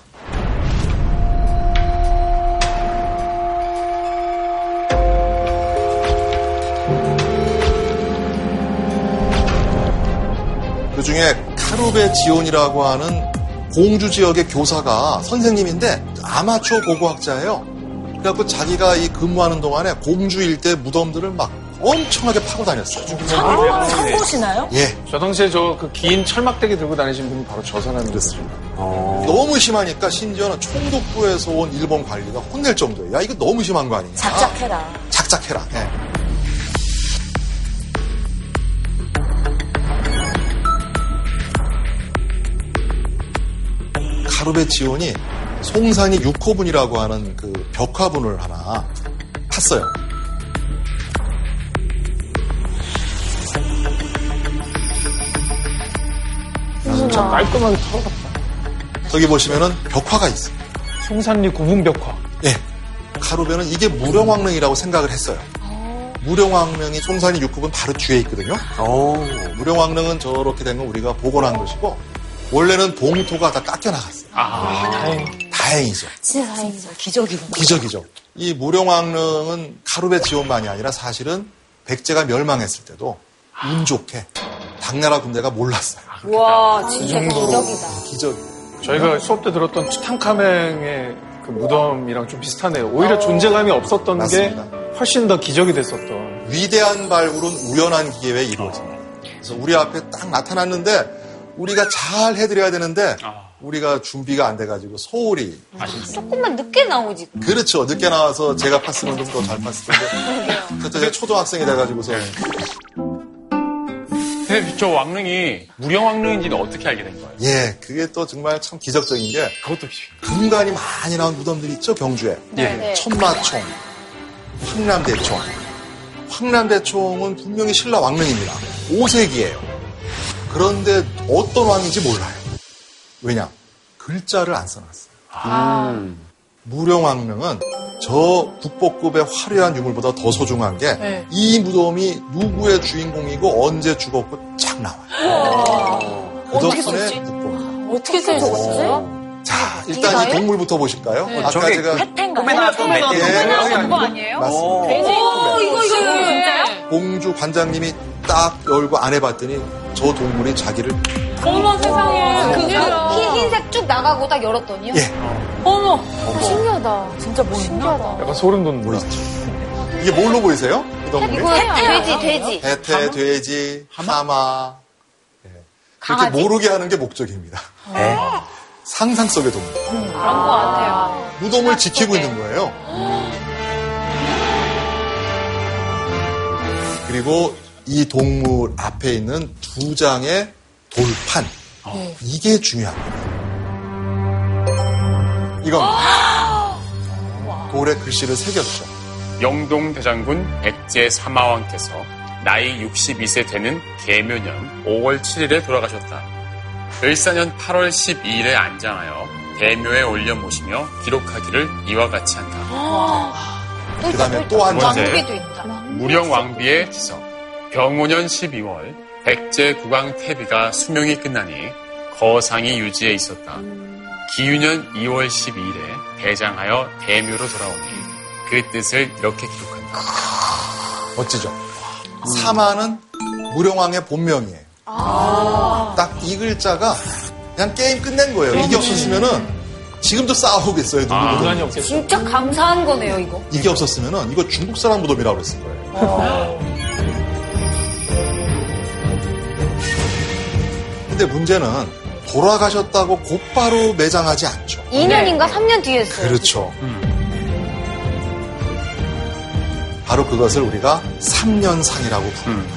Speaker 8: 그 중에 카루베 지온이라고 하는 공주 지역의 교사가 선생님인데 아마추어 고고학자예요. 그래갖고 자기가 이 근무하는 동안에 공주 일대 무덤들을 막 엄청나게 파고 다녔어요.
Speaker 4: 아,
Speaker 9: 참고시나요?
Speaker 8: 예.
Speaker 6: 저 당시에 저 그 긴 철막대기 들고 다니신 분이 바로 저
Speaker 8: 아.
Speaker 6: 사람이었어요.
Speaker 8: 너무 심하니까 심지어는 총독부에서 온 일본 관리가 혼낼 정도예요. 야, 이거 너무 심한 거 아니냐.
Speaker 9: 작작해라.
Speaker 8: 작작해라. 예. 카루베 지온이 송산이 육호분이라고 하는 그 벽화분을 하나 팠어요.
Speaker 6: 진짜 깔끔하게 털어봤다.
Speaker 8: 저기 보시면은 벽화가 있어요.
Speaker 6: 송산리 고문벽화.
Speaker 8: 예. 카루베는 이게 무령왕릉이라고 생각을 했어요. 무령왕릉이 송산이 육급은 바로 뒤에 있거든요.
Speaker 3: 오.
Speaker 8: 무령왕릉은 저렇게 된 건 우리가 복원한 것이고 원래는 봉토가 다 깎여 나갔어요.
Speaker 6: 아, 다행.
Speaker 8: 다행이죠.
Speaker 7: 진짜 다행이죠.
Speaker 8: 기적이죠. 이 무령왕릉은 카루베 지원만이 아니라 사실은 백제가 멸망했을 때도 운 좋게 당나라 군대가 몰랐어요.
Speaker 5: 와, 진짜 기적이다.
Speaker 8: 기적이에요.
Speaker 6: 저희가 수업 때 들었던 투탕카맹의 그 무덤이랑 좀 비슷하네요. 오히려 존재감이 없었던
Speaker 8: 아. 맞습니다.
Speaker 6: 게 훨씬 더 기적이 됐었던.
Speaker 8: 위대한 발굴은 우연한 기회에 이루어집니다. 그래서 우리 앞에 딱 나타났는데 우리가 잘 해드려야 되는데 우리가 준비가 안 돼가지고 소홀히
Speaker 5: 조금만 늦게 나오지.
Speaker 8: 그렇죠. 늦게 나와서 제가 팠으면 좀 더 잘 팠을 텐데. 그때 제가 초등학생이 돼가지고서
Speaker 2: 근데 저 왕릉이 무령왕릉인지는 어떻게 알게 된 거예요?
Speaker 8: 예, 그게 또 정말 참 기적적인 게
Speaker 2: 그것도 기적.
Speaker 8: 금관이 많이 나온 무덤들이 있죠 경주에.
Speaker 5: 네.
Speaker 8: 천마총, 황남대총. 황남대총은 분명히 신라 왕릉입니다. 5세기예요. 그런데 어떤 왕인지 몰라요. 왜냐? 글자를 안 써놨어요.
Speaker 5: 아.
Speaker 8: 음. 무령왕릉은 저 북복급의 화려한 유물보다 더 소중한 게 이
Speaker 4: 네.
Speaker 8: 무덤이 누구의 주인공이고 언제 죽었고 쫙 나와요. 그
Speaker 9: 어떻게
Speaker 8: 덕분에
Speaker 9: 썼지?
Speaker 8: 북복.
Speaker 9: 어떻게 쓰셨어요
Speaker 8: 자, 일단 이 동물부터 보실까요? 아까
Speaker 3: 저게
Speaker 8: 제가 예,
Speaker 9: 혜태인가요?
Speaker 3: 꿈에 나왔던 예. 네. 멘트.
Speaker 5: 그거 아니에요?
Speaker 8: 맞습니다.
Speaker 9: 오, 이거, 이거,
Speaker 7: 어,
Speaker 9: 이거.
Speaker 5: 진짜요?
Speaker 8: 공주 관장님이 딱 열고 안 해봤더니 저 동물이 자기를
Speaker 9: 어머,
Speaker 5: 아,
Speaker 9: 세상에. 그게
Speaker 5: 흰, 흰색 쭉 나가고 딱 열었더니요.
Speaker 8: 예
Speaker 9: 어머.
Speaker 7: 신기하다.
Speaker 9: 진짜 뭐 있나?
Speaker 6: 약간 소름 돋는 거.
Speaker 8: 보이죠? 이게 뭘로 보이세요? 이 동물이?
Speaker 5: 이거 돼지, 돼지.
Speaker 8: 대퇴, 돼지, 하마. 예. 그렇게 모르게 하는 게 목적입니다.
Speaker 3: 네.
Speaker 8: 상상 속의 동물.
Speaker 5: 그런 것 같아요.
Speaker 8: 무덤을 지키고 있는 거예요. 그리고 이 동물 앞에 있는 두 장의 돌판.
Speaker 5: 어. 네.
Speaker 8: 이게 중요합니다. 이건
Speaker 5: 어!
Speaker 8: 돌에 글씨를 새겼죠.
Speaker 2: 영동 대장군 백제 사마왕께서 나이 62세 되는 계묘년 5월 7일에 돌아가셨다. 을사년 8월 12일에 안장하여 대묘에 올려 모시며 기록하기를 이와 같이 한다.
Speaker 8: 그 다음에 또 한 장.
Speaker 2: 번째.
Speaker 5: 아, 왕국에도 있다.
Speaker 2: 무령 왕비의 기석 병오년 12월 백제 국왕 태비가 수명이 끝나니 거상이 유지에 있었다. 기유년 2월 12일에 대장하여 대묘로 돌아오니 그 뜻을 이렇게 기록한다.
Speaker 8: 멋지죠. 사마는 무령왕의 본명이에요.
Speaker 5: 아.
Speaker 8: 딱 이 글자가 그냥 게임 끝낸 거예요.
Speaker 5: 음.
Speaker 8: 이게 없었으면은 지금도 싸우겠어요. 누구보다.
Speaker 6: 인간이 없겠어.
Speaker 5: 진짜 아, 감사한 거네요, 이거.
Speaker 8: 이게 없었으면은 이거 중국 사람 무덤이라고 그랬을 거예요. 근데 문제는 돌아가셨다고 곧바로 매장하지 않죠.
Speaker 5: 2년인가 3년 뒤에 했어요.
Speaker 8: 그렇죠. 바로 그것을 우리가 삼년상이라고 부릅니다.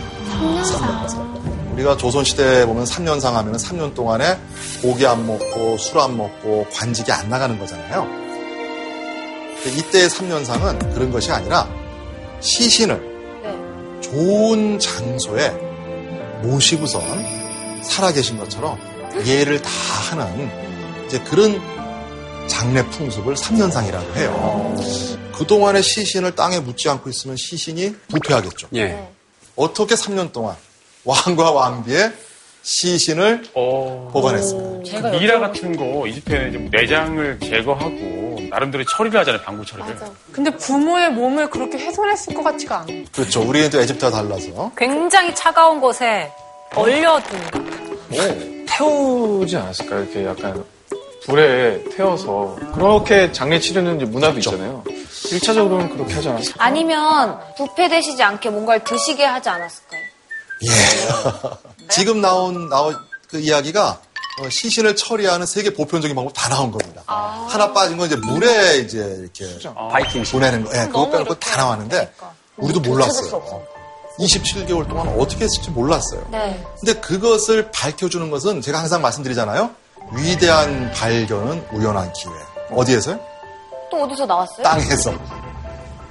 Speaker 8: 삼년상 우리가 조선시대에 보면 삼년상 하면 삼 년 동안에 고기 안 먹고 술 안 먹고 관직이 안 나가는 거잖아요. 근데 이때의 삼년상은 그런 것이 아니라 시신을
Speaker 5: 네.
Speaker 8: 좋은 장소에 모시고선 살아계신 것처럼 예를 다 하는 이제 그런 장례 풍습을 삼년상이라고 해요. 그동안의 시신을 땅에 묻지 않고 있으면 시신이 부패하겠죠.
Speaker 3: 예.
Speaker 8: 어떻게 3년 동안 왕과 왕비의 시신을
Speaker 2: 어.
Speaker 8: 보관했습니다.
Speaker 2: 그 미라 같은 거 이집트에는 이제 뭐 내장을 제거하고 나름대로 처리를 하잖아요 방구 처리를.
Speaker 4: 근데 부모의 몸을 그렇게 훼손했을 것 같지가 않아.
Speaker 8: 그렇죠. 우리는 또 에집트와 달라서.
Speaker 9: 굉장히 차가운 곳에 얼려둔.
Speaker 6: 네. 태우지 않았을까요? 이렇게 약간 불에 태워서 그렇게 장례 치르는 이제 문화도
Speaker 8: 그렇죠.
Speaker 6: 있잖아요. 1차적으로는 그렇게 하지 않았을까?
Speaker 5: 아니면 부패되시지 않게 뭔가를 드시게 하지 않았을까요?
Speaker 8: 예. 지금 나온, 나온 그 이야기가 어, 시신을 처리하는 세계 보편적인 방법 다 나온 겁니다. 하나 빠진 건 이제 물에 이제 이렇게
Speaker 3: 바이킹 식.
Speaker 8: 보내는 거. 예, 그것 빼놓고 다 나왔는데 우리도 몰랐어요. 27개월 동안 어떻게 했을지 몰랐어요.
Speaker 5: 네.
Speaker 8: 근데 그것을 밝혀주는 것은 제가 항상 말씀드리잖아요. 위대한 발견은 우연한 기회. 어디에서요?
Speaker 5: 또 어디서 나왔어요?
Speaker 8: 땅에서.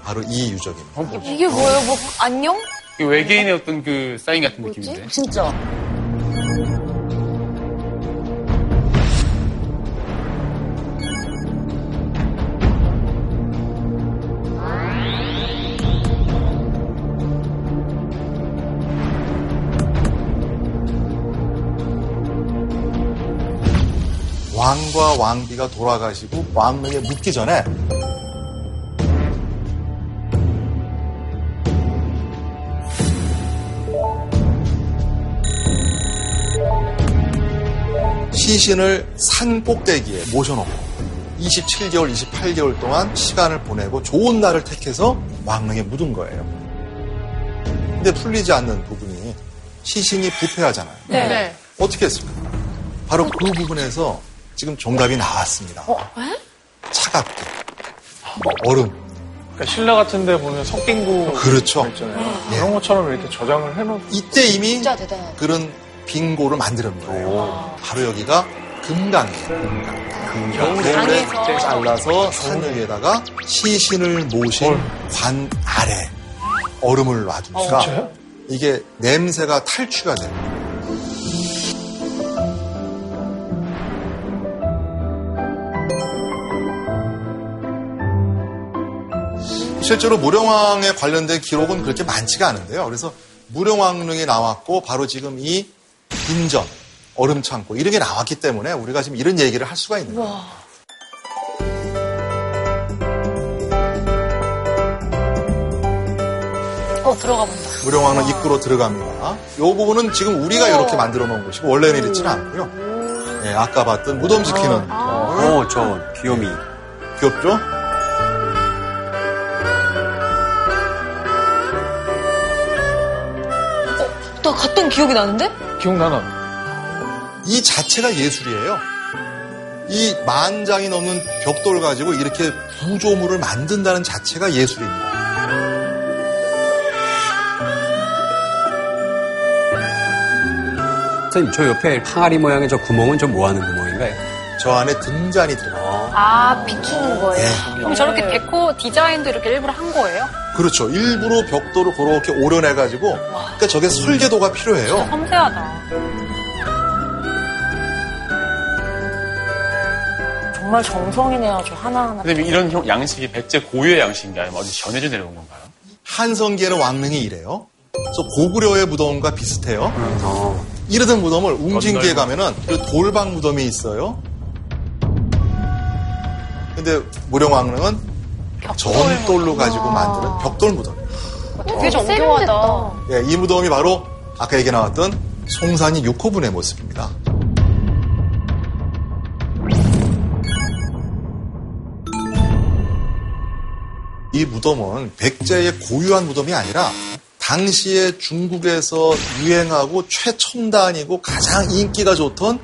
Speaker 8: 바로 이 유적입니다.
Speaker 5: 아, 이게 뭐예요? 뭐 안녕?
Speaker 2: 그 외계인의 어떤 그 사인 같은 느낌인데.
Speaker 8: 왕과 왕비가 돌아가시고 왕에게 묻기 전에 시신을 산 꼭대기에 모셔놓고 27개월, 28개월 동안 시간을 보내고 좋은 날을 택해서 왕릉에 묻은 거예요. 근데 풀리지 않는 부분이 시신이 부패하잖아요.
Speaker 4: 네.
Speaker 8: 어떻게 했을까? 바로 그 부분에서 지금 정답이 나왔습니다. 차갑게. 뭐 얼음.
Speaker 6: 그러니까 신라 같은 데 보면 석빙구
Speaker 8: 그렇죠.
Speaker 6: 있잖아요.
Speaker 5: 네.
Speaker 8: 예.
Speaker 6: 그런 것처럼 이렇게 저장을 해놓은
Speaker 8: 이때 이미
Speaker 5: 진짜 대단하다.
Speaker 8: 그런 빙고를 만드는 거예요. 바로 여기가 금강이에요. 금강. 겨울에 잘라서 산 위에다가 시신을 모신 관 아래 얼음을 놔두니까
Speaker 6: 진짜요?
Speaker 8: 이게 냄새가 탈취가 돼요. 실제로 무령왕에 관련된 기록은 그렇게 많지가 않은데요. 그래서 무령왕릉이 나왔고 바로 지금 이 빈전, 얼음창고 이런 게 나왔기 때문에 우리가 지금 이런 얘기를 할 수가 있는 거예요.
Speaker 9: 어, 들어가 본다.
Speaker 8: 무령왕릉 입구로 들어갑니다. 이 부분은 지금 우리가 이렇게 만들어 놓은 것이고 원래는 이렇지는 않고요. 예, 아까 봤던 무덤 지키는
Speaker 3: 아. 오, 저 귀요미.
Speaker 8: 귀엽죠?
Speaker 5: 나 갔던 기억이 나는데?
Speaker 6: 기억나나?
Speaker 8: 이 자체가 예술이에요. 이 만장이 넘는 벽돌 가지고 이렇게 구조물을 만든다는 자체가 예술입니다.
Speaker 3: 선생님, 저 옆에 항아리 모양의 저 구멍은 저 뭐 하는 구멍인가요?
Speaker 8: 저 안에 등잔이 들어가.
Speaker 5: 아, 비추는 거예요. 네.
Speaker 9: 그럼 저렇게 데코 디자인도 이렇게 일부러 한 거예요?
Speaker 8: 그렇죠. 일부러 벽돌을 그렇게 오려내가지고, 그러니까 저게 설계도가
Speaker 5: 어,
Speaker 8: 필요해요.
Speaker 9: 섬세하다.
Speaker 7: 정말 정성이네요. 저 하나하나.
Speaker 2: 근데 뭐 이런 형- 양식이 백제 고유의 양식인가요? 아니면 어디 전해져 내려온 건가요?
Speaker 8: 한성기에는 왕릉이 이래요. 그래서 고구려의 무덤과 비슷해요. 이러던 무덤을 웅진기에 가면은 그 돌방 무덤이 있어요. 근데 무령왕릉은 전돌로 가지고 만드는 벽돌 무덤.
Speaker 5: 되게 정교하다.
Speaker 8: 예, 이 무덤이 바로 아까 얘기 나왔던 송산이 6호분의 모습입니다. 이 무덤은 백제의 고유한 무덤이 아니라 당시에 중국에서 유행하고 최첨단이고 가장 인기가 좋던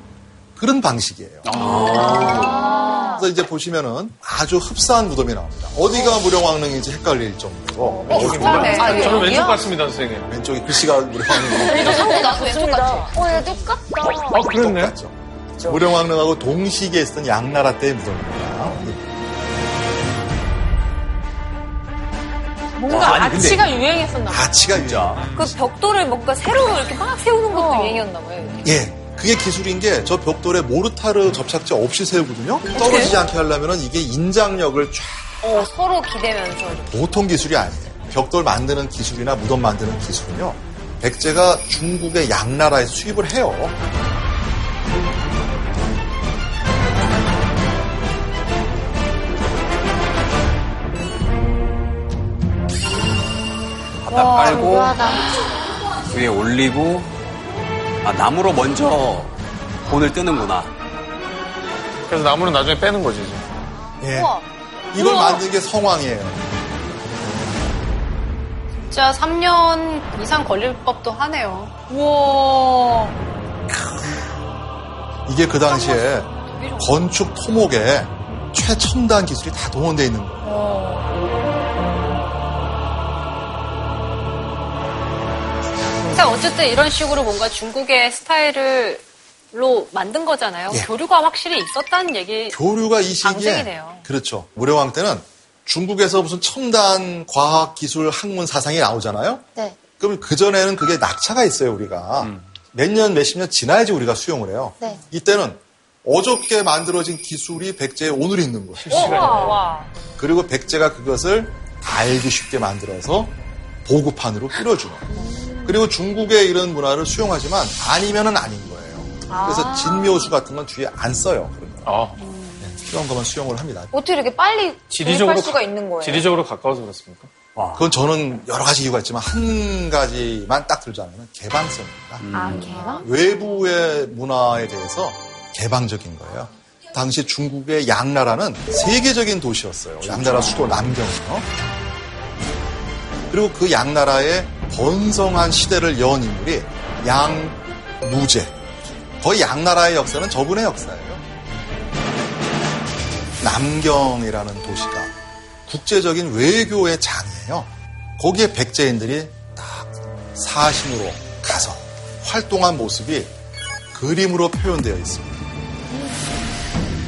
Speaker 8: 그런 방식이에요. 그래서 이제 보시면은 아주 흡사한 무덤이 나옵니다. 어디가 무령왕릉인지 헷갈릴 정도로
Speaker 5: 아, 이거
Speaker 6: 저는 왼쪽
Speaker 5: 여기야?
Speaker 6: 같습니다, 선생님.
Speaker 8: 왼쪽에 글씨가 무령왕릉.
Speaker 5: 근데 나도 왼쪽 같아.
Speaker 1: 어, 얘 똑같다.
Speaker 6: 아, 그랬네.
Speaker 8: 똑같죠. 무령왕릉하고 동시기에 있었던 양나라 때의 무덤입니다.
Speaker 4: 뭔가
Speaker 3: 아니, 근데-
Speaker 4: 아치가 유행했었나 봐.
Speaker 8: 아치가
Speaker 6: 음.
Speaker 8: 유자.
Speaker 5: 그 벽돌을 뭔가 새로 이렇게 막 세우는 것도 유행이었나 봐요. 이게.
Speaker 8: 예. 그게 기술인 게 저 벽돌에 모르타르 접착제 없이 세우거든요. 떨어지지 않게 하려면 이게 인장력을 쫙
Speaker 5: 어, 서로 기대면서 이렇게.
Speaker 8: 보통 기술이 아니에요. 벽돌 만드는 기술이나 무덤 만드는 기술은요. 백제가 중국의 양나라에 서 수입을 해요.
Speaker 3: 갖다 빨고 위에 올리고 아 나무로 먼저 본을 뜨는구나.
Speaker 6: 그래서 나무는 나중에 빼는 거지. 이제.
Speaker 8: 예. 이걸 만든 게 성왕이에요.
Speaker 11: 진짜 3년 이상 걸릴 법도 하네요.
Speaker 5: 우와.
Speaker 8: 이게 그 당시에 건축 토목에 최첨단 기술이 다 동원되어 있는 거예요.
Speaker 11: 근데 어쨌든 이런 식으로 뭔가 중국의 스타일로 만든 거잖아요.
Speaker 8: 예.
Speaker 11: 교류가 확실히 있었다는 얘기.
Speaker 8: 교류가 이 시기에
Speaker 11: 방식이네요.
Speaker 8: 그렇죠. 무려왕 때는 중국에서 무슨 첨단 과학 기술 학문 사상이 나오잖아요.
Speaker 1: 네.
Speaker 8: 그럼 그 전에는 그게 낙차가 있어요 우리가 몇 년 몇 십 년 지나야지 우리가 수용을 해요.
Speaker 1: 네.
Speaker 8: 이때는 어저께 만들어진 기술이 백제에 오늘 있는 거예요.
Speaker 5: 어,
Speaker 6: 네.
Speaker 5: 와.
Speaker 8: 그리고 백제가 그것을 알기 쉽게 만들어서 보급판으로 끌어주는. 그리고 중국의 이런 문화를 수용하지만 아니면은 아닌 거예요. 그래서 진묘수 같은 건 뒤에 안 써요. 그러면. 네, 필요한 것만 수용을 합니다.
Speaker 5: 어떻게 이렇게 빨리
Speaker 6: 아. 지리적으로
Speaker 5: 구입할 수가
Speaker 6: 가-
Speaker 5: 있는 거예요?
Speaker 6: 지리적으로 가까워서 그렇습니까?
Speaker 8: 그건 저는 여러 가지 이유가 있지만 한 가지만 딱 들자면 개방성입니다.
Speaker 1: 아, 개방?
Speaker 8: 외부의 문화에 대해서 개방적인 거예요. 당시 중국의 양나라는 세계적인 도시였어요. 양나라 수도 남경이요. 그리고 그 양나라의 번성한 시대를 연 인물이 양무제. 거의 양나라의 역사는 저분의 역사예요. 남경이라는 도시가 국제적인 외교의 장이에요. 거기에 백제인들이 딱 사신으로 가서 활동한 모습이 그림으로 표현되어 있습니다.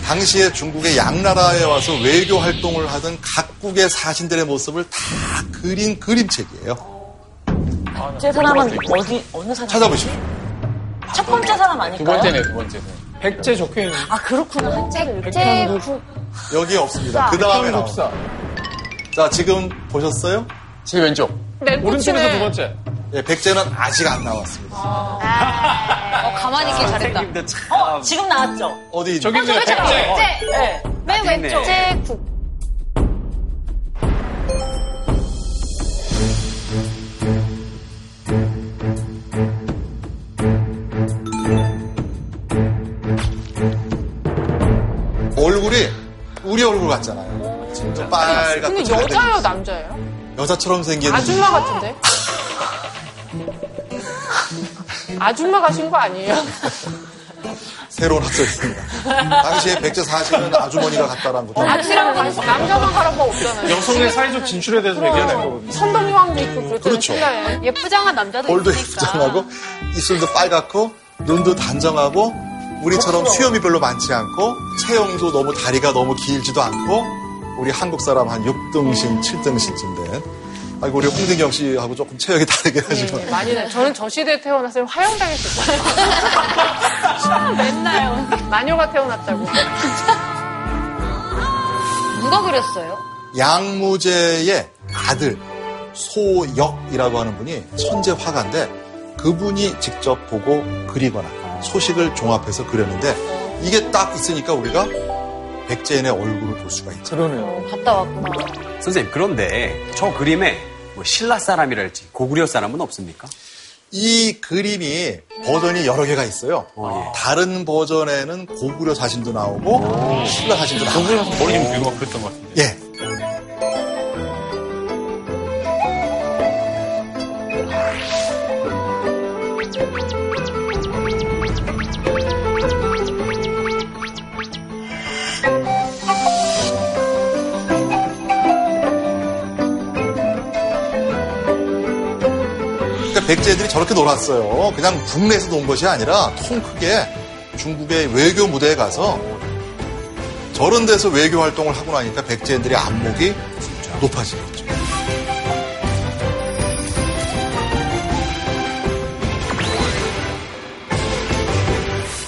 Speaker 8: 당시에 중국의 양나라에 와서 외교 활동을 하던 각국의 사신들의 모습을 다 그린 그림책이에요.
Speaker 7: 제 사람은 어디 어느 사람?
Speaker 8: 찾아보시면
Speaker 7: 첫 번째 사람 아닐까요?
Speaker 6: 두 번째는.
Speaker 8: 네.
Speaker 6: 백제 적혀 있는.
Speaker 7: 아 그렇구나. 한자
Speaker 1: 백제 국
Speaker 8: 여기 없습니다. 그 다음에 나옵니
Speaker 6: 사
Speaker 8: 자, 지금 보셨어요?
Speaker 2: 제일 왼쪽.
Speaker 5: 네.
Speaker 6: 오른쪽에서 두 번째.
Speaker 8: 예, 백제는 아직 안 나왔습니다.
Speaker 5: 어, 가만히
Speaker 6: 아,
Speaker 5: 있길 잘했다.
Speaker 3: 근데 참
Speaker 7: 어 지금 나왔죠?
Speaker 8: 어디
Speaker 6: 저기 있네.
Speaker 11: 저기 저기.
Speaker 6: 백제.
Speaker 1: 네.
Speaker 6: 아,
Speaker 7: 네.
Speaker 1: 맨 왼쪽.
Speaker 5: 백제 국.
Speaker 8: 얼굴이 우리 얼굴 같잖아요. 진짜 빨갛고
Speaker 4: 근데
Speaker 8: 잘생긴
Speaker 4: 여자예요, 남자예요?
Speaker 8: 여자처럼 생긴
Speaker 4: 아줌마 같은데? 아줌마 가신 거 아니에요?
Speaker 8: 새로운 학설입니다. 당시에 백제 사실은 아주머니가 같다라는 것도
Speaker 4: 아침에 가신 남자만 가는 거 없잖아요.
Speaker 6: 여성의 사회적 진출에 대해서 얘기하는 거거든요.
Speaker 4: 선덕여왕도 있고 그랬잖아요.
Speaker 8: 그렇죠.
Speaker 4: 신라에.
Speaker 11: 예쁘장한 남자도
Speaker 8: 볼도
Speaker 11: 있으니까.
Speaker 8: 예쁘장하고 입술도 빨갛고 눈도 단정하고 우리처럼
Speaker 4: 그렇죠.
Speaker 8: 수염이 별로 많지 않고 체형도 너무 다리가 너무 길지도 않고 우리 한국 사람 한 6등신, 7등신쯤 된 아이고 우리 홍진경 씨하고 조금 체형이 다르긴 하지만
Speaker 4: 네, 많이 나 저는 저 시대에 태어났으면 화영당했을 거예요. 맨날 마녀가 태어났다고.
Speaker 5: 누가 그렸어요?
Speaker 8: 양무제의 아들 소역이라고 하는 분이 천재 화가인데 그분이 직접 보고 그리거나 소식을 종합해서 그렸는데 이게 딱 있으니까 우리가 백제인의 얼굴을 볼 수가 있죠.
Speaker 6: 그러네요.
Speaker 5: 갔다 왔구나.
Speaker 3: 선생님 그런데 저 그림에 뭐 신라 사람이랄지 고구려 사람은 없습니까?
Speaker 8: 이 그림이 버전이 여러 개가 있어요. 예.
Speaker 3: 어,
Speaker 8: 다른 버전에는 고구려 사진도 나오고 신라 사진도 음. 나오고
Speaker 2: 머리 좀 뒤로 막 그랬던 것 같은데.
Speaker 8: 예. 그러니까 백제들이 저렇게 놀았어요. 그냥 국내에서 논 것이 아니라 통 크게 중국의 외교 무대에 가서 저런 데서 외교 활동을 하고 나니까 백제인들의 안목이 높아지겠죠.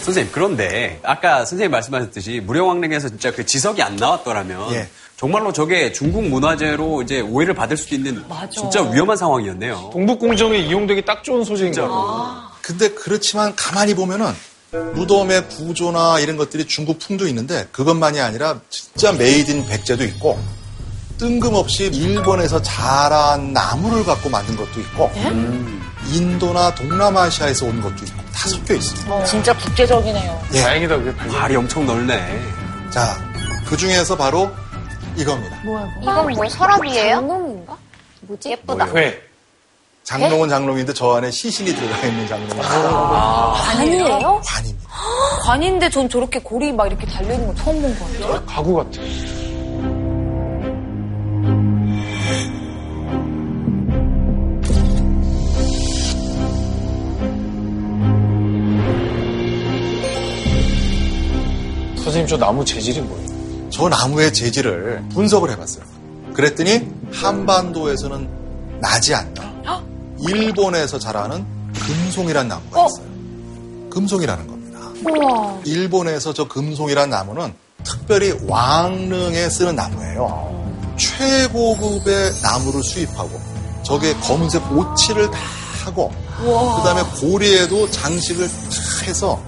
Speaker 3: 선생님, 그런데 아까 선생님 말씀하셨듯이 무령왕릉에서 진짜 그 지석이 안 나왔더라면
Speaker 8: 예.
Speaker 3: 정말로 저게 중국 문화재로 이제 오해를 받을 수도 있는 진짜 위험한 상황이었네요.
Speaker 6: 동북공정이 이용되기 딱 좋은 소식인 거
Speaker 8: 근데 그렇지만 가만히 보면은 무덤의 구조나 이런 것들이 중국풍도 있는데 그것만이 아니라 진짜 메이드인 백제도 있고 뜬금없이 일본에서 자란 나무를 갖고 만든 것도 있고 음. 인도나 동남아시아에서 온 것도 있고 다 섞여 있습니다.
Speaker 4: 어.
Speaker 7: 진짜 국제적이네요.
Speaker 6: 다행이다 그게 발견.
Speaker 3: 말이 엄청 넓네.
Speaker 8: 자, 그 중에서 바로 이겁니다.
Speaker 5: 이건 뭐 서랍이에요? 장롱인가? 뭐지? 예쁘다.
Speaker 6: 회.
Speaker 8: 장롱은 장롱인데 저 안에 시신이 들어가 있는 장롱입니다. 아,
Speaker 5: 관이에요?
Speaker 8: 관입니다.
Speaker 5: 관인데 전 저렇게 고리 막 이렇게 달려있는 거 처음 본 것 같아요.
Speaker 6: 가구 같아. 선생님 저 나무 재질이 뭐예요?
Speaker 8: 저 나무의 재질을 분석을 해봤어요. 그랬더니 한반도에서는 나지 않나. 일본에서 자라는 금송이란 나무가 있어요. 금송이라는 겁니다.
Speaker 1: 우와.
Speaker 8: 일본에서 저 금송이란 나무는 특별히 왕릉에 쓰는 나무예요. 최고급의 나무를 수입하고 저게 검은색 오치를 다 하고
Speaker 7: 우와.
Speaker 8: 그다음에 고리에도 장식을 탁 해서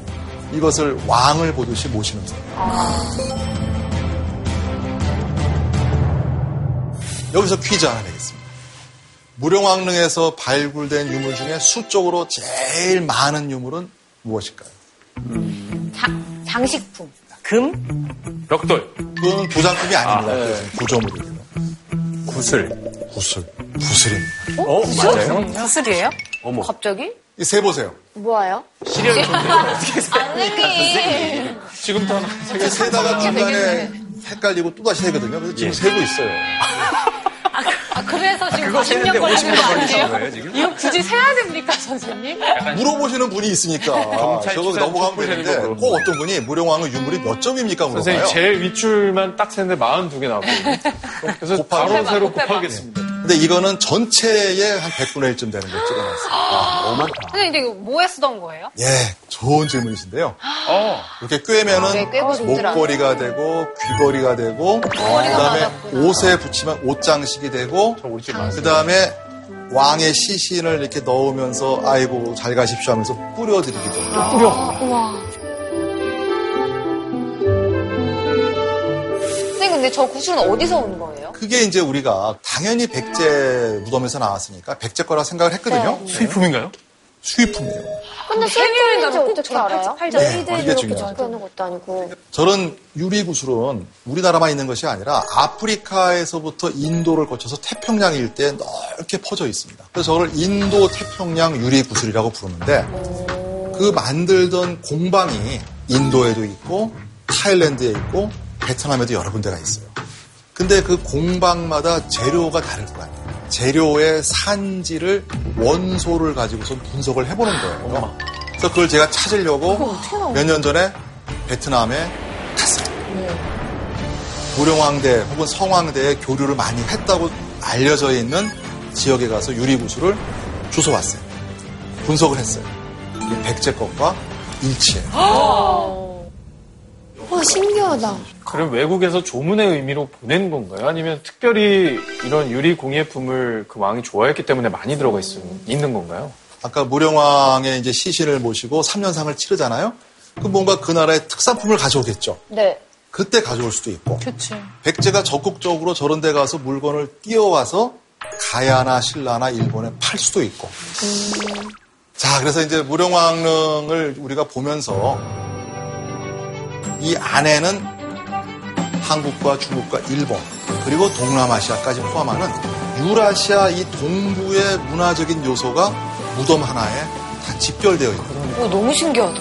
Speaker 8: 이것을 왕을 보듯이 모시는 거예요. 여기서 퀴즈 하나 내겠습니다. 무령왕릉에서 발굴된 유물 중에 수적으로 제일 많은 유물은 무엇일까요?
Speaker 5: 장, 장식품.
Speaker 7: 금?
Speaker 2: 벽돌.
Speaker 8: 그건 부산품이 아닙니다.
Speaker 2: 아, 네.
Speaker 8: 그건 구조물이에요.
Speaker 3: 구슬.
Speaker 8: 구슬. 구슬입니다.
Speaker 3: 어, 맞아요?
Speaker 5: 구슬이에요?
Speaker 3: 어머.
Speaker 5: 갑자기?
Speaker 8: 세 보세요.
Speaker 5: 뭐예요?
Speaker 6: 시리얼
Speaker 5: 아니.
Speaker 6: 지금도 하나.
Speaker 8: 이게 세다가 중간에 헷갈리고 또다시 세거든요. 그래서
Speaker 6: 예.
Speaker 8: 지금 세고 있어요.
Speaker 9: 아, 그래서 지금
Speaker 3: 그거
Speaker 9: 40년
Speaker 3: 세는데
Speaker 9: 걸리는
Speaker 3: 50년
Speaker 9: 거
Speaker 3: 걸리시는
Speaker 9: 아니에요?
Speaker 3: 거예요, 지금?
Speaker 4: 이거 굳이 세야 됩니까, 선생님?
Speaker 8: 물어보시는 분이 있으니까
Speaker 6: 경찰
Speaker 8: 저거
Speaker 6: 추산
Speaker 8: 넘어가면
Speaker 6: 촛불
Speaker 8: 되는데
Speaker 6: 세는 거
Speaker 8: 꼭
Speaker 6: 물어보고.
Speaker 8: 어떤 분이 무령왕의 유물이 몇 점입니까 물어봐요.
Speaker 6: 선생님 제일 윗줄만 딱 세는데 42개 나고 그래서
Speaker 8: 곱하기.
Speaker 6: 바로
Speaker 8: 곱해봐,
Speaker 6: 새로
Speaker 8: 곱해봐.
Speaker 6: 곱하겠습니다.
Speaker 8: 근데 이거는 전체의 한 100분의 1쯤 되는 걸 찍어놨어요. 너무 많다.
Speaker 11: 선생님, 근데 이거 뭐에 쓰던 거예요?
Speaker 8: 예, 좋은 질문이신데요.
Speaker 6: 어.
Speaker 8: 이렇게 꿰면은
Speaker 11: 네, 꿰고 손질 안
Speaker 8: 목걸이가 되고 귀걸이가 되고 그다음에 옷에 붙이면 옷장식이 되고 그다음에 왕의 시신을 이렇게 넣으면서 아이고 잘 가십시오 하면서 뿌려드리기도 하고
Speaker 6: 어,
Speaker 5: 선생님, 근데 저 구슬은 어디서 온 거예요?
Speaker 8: 그게 이제 우리가 당연히 백제 무덤에서 나왔으니까 백제 거라 생각을 했거든요.
Speaker 6: 수입품인가요?
Speaker 8: 수입품이에요.
Speaker 5: 아,
Speaker 1: 근데 생일인지 어떻게 알아요?
Speaker 8: 네, 이게 중요하죠.
Speaker 1: 하는 것도 아니고.
Speaker 8: 저런 유리구슬은 우리나라만 있는 것이 아니라 아프리카에서부터 인도를 거쳐서 태평양 일대에 넓게 퍼져 있습니다. 그래서 저걸 인도 태평양 유리구슬이라고 부르는데 그 만들던 공방이 인도에도 있고 타일랜드에 있고 베트남에도 여러 군데가 있어요. 근데 그 공방마다 재료가 다를 거 아니에요. 재료의 산지를 원소를 가지고서 분석을 해보는 거예요. 그래서 그걸 제가 찾으려고 몇 년 전에 베트남에 갔어요. 무령왕대 혹은 성왕대에 교류를 많이 했다고 알려져 있는 지역에 가서 유리구슬을 주워왔어요. 분석을 했어요. 이 백제 것과 일치해요.
Speaker 1: 와, 신기하다.
Speaker 6: 그럼 외국에서 조문의 의미로 보낸 건가요? 아니면 특별히 이런 유리 공예품을 그 왕이 좋아했기 때문에 많이 들어가 있, 있는 건가요?
Speaker 8: 아까 무령왕의 이제 시신을 모시고 3년상을 치르잖아요. 그 뭔가 그 나라의 특산품을 가져오겠죠.
Speaker 5: 네.
Speaker 8: 그때 가져올 수도 있고.
Speaker 4: 그치.
Speaker 8: 백제가 적극적으로 저런 데 가서 물건을 띄워와서 가야나 신라나 일본에 팔 수도 있고.
Speaker 4: 음.
Speaker 8: 자, 그래서 이제 무령왕릉을 우리가 보면서 이 안에는 한국과 중국과 일본 그리고 동남아시아까지 포함하는 유라시아 이 동부의 문화적인 요소가 무덤 하나에 다 집결되어 있는 거예요.
Speaker 5: 오, 너무 신기하다.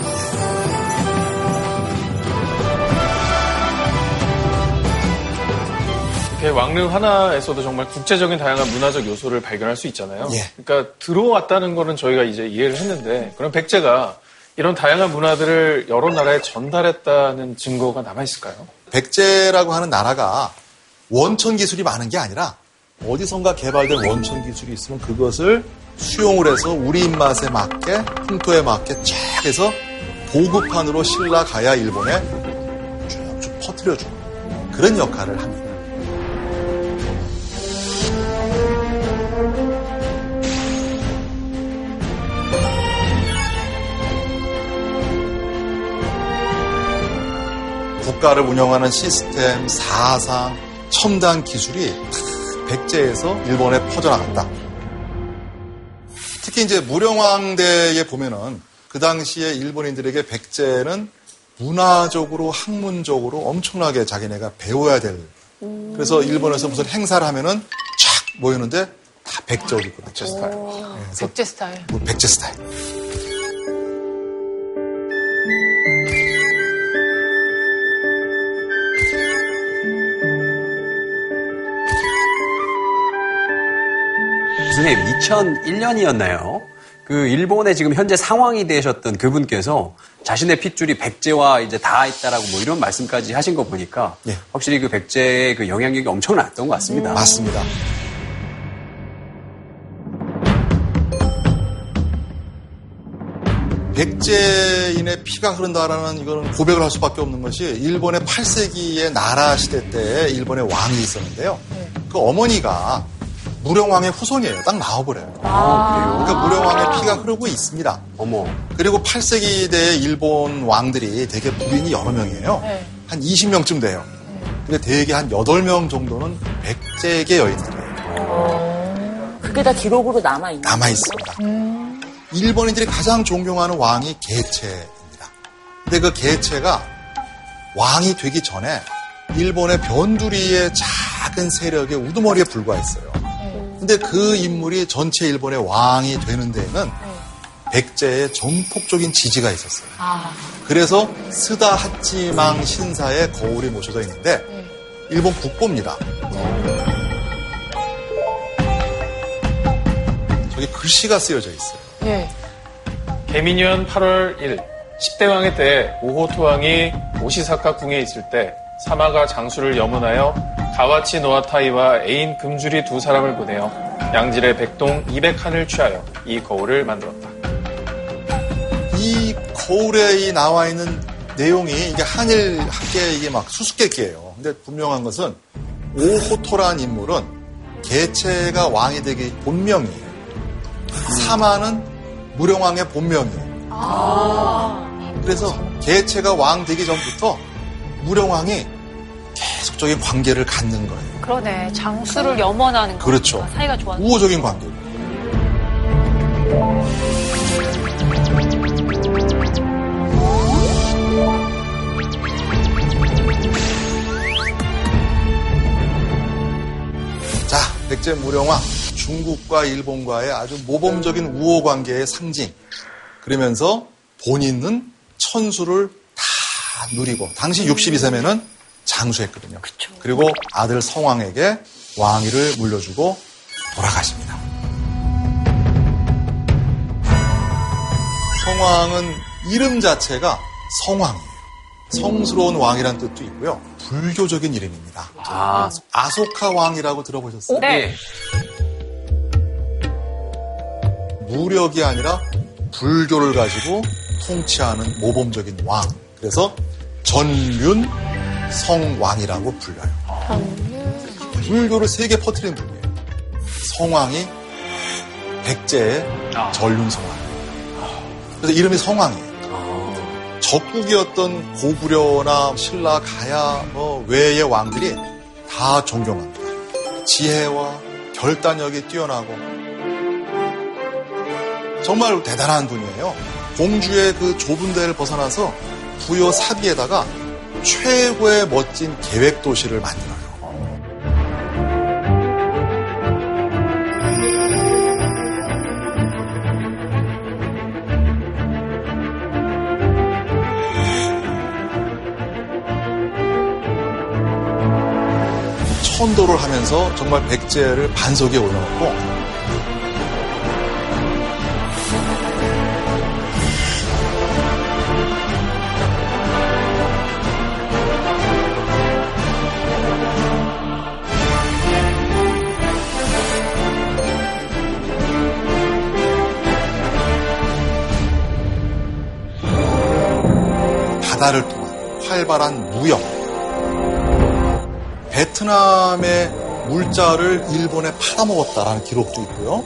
Speaker 6: 이렇게 왕릉 하나에서도 정말 국제적인 다양한 문화적 요소를 발견할 수 있잖아요.
Speaker 8: 예.
Speaker 6: 그러니까 들어왔다는 거는 저희가 이제 이해를 했는데 그럼 백제가 이런 다양한 문화들을 여러 나라에 전달했다는 증거가 남아 있을까요?
Speaker 8: 백제라고 하는 나라가 원천 기술이 많은 게 아니라 어디선가 개발된 원천 기술이 있으면 그것을 수용을 해서 우리 입맛에 맞게 풍토에 맞게 쫙 해서 고급판으로 신라 가야 일본에 쭉쭉 퍼뜨려주는 그런 역할을 합니다. 국가를 운영하는 시스템, 사상, 첨단 기술이 다 백제에서 일본에 퍼져나간다. 특히 이제 무령왕대에 보면은 그 당시에 일본인들에게 백제는 문화적으로 학문적으로 엄청나게 자기네가 배워야 될 그래서 일본에서 무슨 행사를 하면은 촥 모이는데 다 백제 옷 입고 백제 스타일 네, 그래서
Speaker 4: 백제 스타일.
Speaker 8: 뭐 백제 스타일
Speaker 3: 선생님, 2001년이었나요? 그 일본의 지금 현재 상황이 되셨던 그분께서 자신의 핏줄이 백제와 이제 다 있다라고 뭐 이런 말씀까지 하신 거 보니까 확실히 그 백제의 그 영향력이 엄청났던 것 같습니다.
Speaker 8: 맞습니다. 백제인의 피가 흐른다라는 이거는 고백을 할 수밖에 없는 것이 일본의 8세기의 나라 시대 때에 일본의 왕이 있었는데요. 그 어머니가 무령왕의 후손이에요. 딱 나와버려요. 그러니까 무령왕의 피가 흐르고 있습니다.
Speaker 3: 아, 어머.
Speaker 8: 그리고 8세기 대 일본 왕들이 되게 부인이 여러 명이에요.
Speaker 4: 네.
Speaker 8: 한 20명쯤 돼요. 근데 대개 한 8명 정도는 백제계 여인들이에요.
Speaker 7: 그게 다 기록으로 남아있네.
Speaker 8: 남아있습니다. 일본인들이 가장 존경하는 왕이 개체입니다. 근데 그 개체가 왕이 되기 전에 일본의 변두리의 작은 세력의 우두머리에 불과했어요. 근데 그 인물이 전체 일본의 왕이 되는 데에는 백제의 전폭적인 지지가 있었어요. 그래서 스다 하치망 신사의 거울이 모셔져 있는데 일본 국보입니다. 저기 글씨가 쓰여져 있어요.
Speaker 4: 예.
Speaker 6: 개미년 8월 1일 10대 왕의 때에 오호토 왕이 오시사카 궁에 있을 때 사마가 장수를 염원하여 다와치 노아타이와 애인 금주리 두 사람을 보내어 양질의 백동 200칸을 취하여 이 거울을 만들었다.
Speaker 8: 이 거울에 이 나와 있는 내용이 이게 한일 학계 이게 막 수수께끼예요. 근데 분명한 것은 오호토라는 인물은 개체가 왕이 되기 본명이에요. 사마는 무령왕의 본명이에요. 그래서 개체가 왕 되기 전부터 무령왕이 계속적인 관계를 갖는 거예요.
Speaker 11: 그러네. 장수를 염원하는 거.
Speaker 8: 그렇죠.
Speaker 4: 아,
Speaker 11: 사이가 좋았
Speaker 8: 우호적인 관계. 자, 백제 무령왕 중국과 일본과의 아주 모범적인 우호 관계의 상징. 그러면서 본인은 천수를 다 누리고 당시 62세면은 장수했거든요. 그리고 아들 성왕에게 왕위를 물려주고 돌아가십니다. 성왕은 이름 자체가 성왕이에요. 성스러운 왕이란 뜻도 있고요. 불교적인 이름입니다.
Speaker 3: 아,
Speaker 8: 아소카 왕이라고 들어보셨어요?
Speaker 3: 네.
Speaker 8: 무력이 아니라 불교를 가지고 통치하는 모범적인 왕. 그래서 전륜 성왕이라고 불려요. 불교를 세계 퍼뜨린 분이에요. 성왕이 백제의 전륜 성왕. 그래서 이름이 성왕이에요. 적국이었던 고구려나 신라, 가야 뭐 외의 왕들이 다 존경합니다. 지혜와 결단력이 뛰어나고 정말 대단한 분이에요. 공주의 그 좁은 데를 벗어나서 부여 사비에다가 최고의 멋진 계획 도시를 만들어요. 천도를 하면서 정말 백제를 반석에 올려놓고 바다를 통한 활발한 무역. 베트남의 물자를 일본에 팔아먹었다라는 기록도 있고요.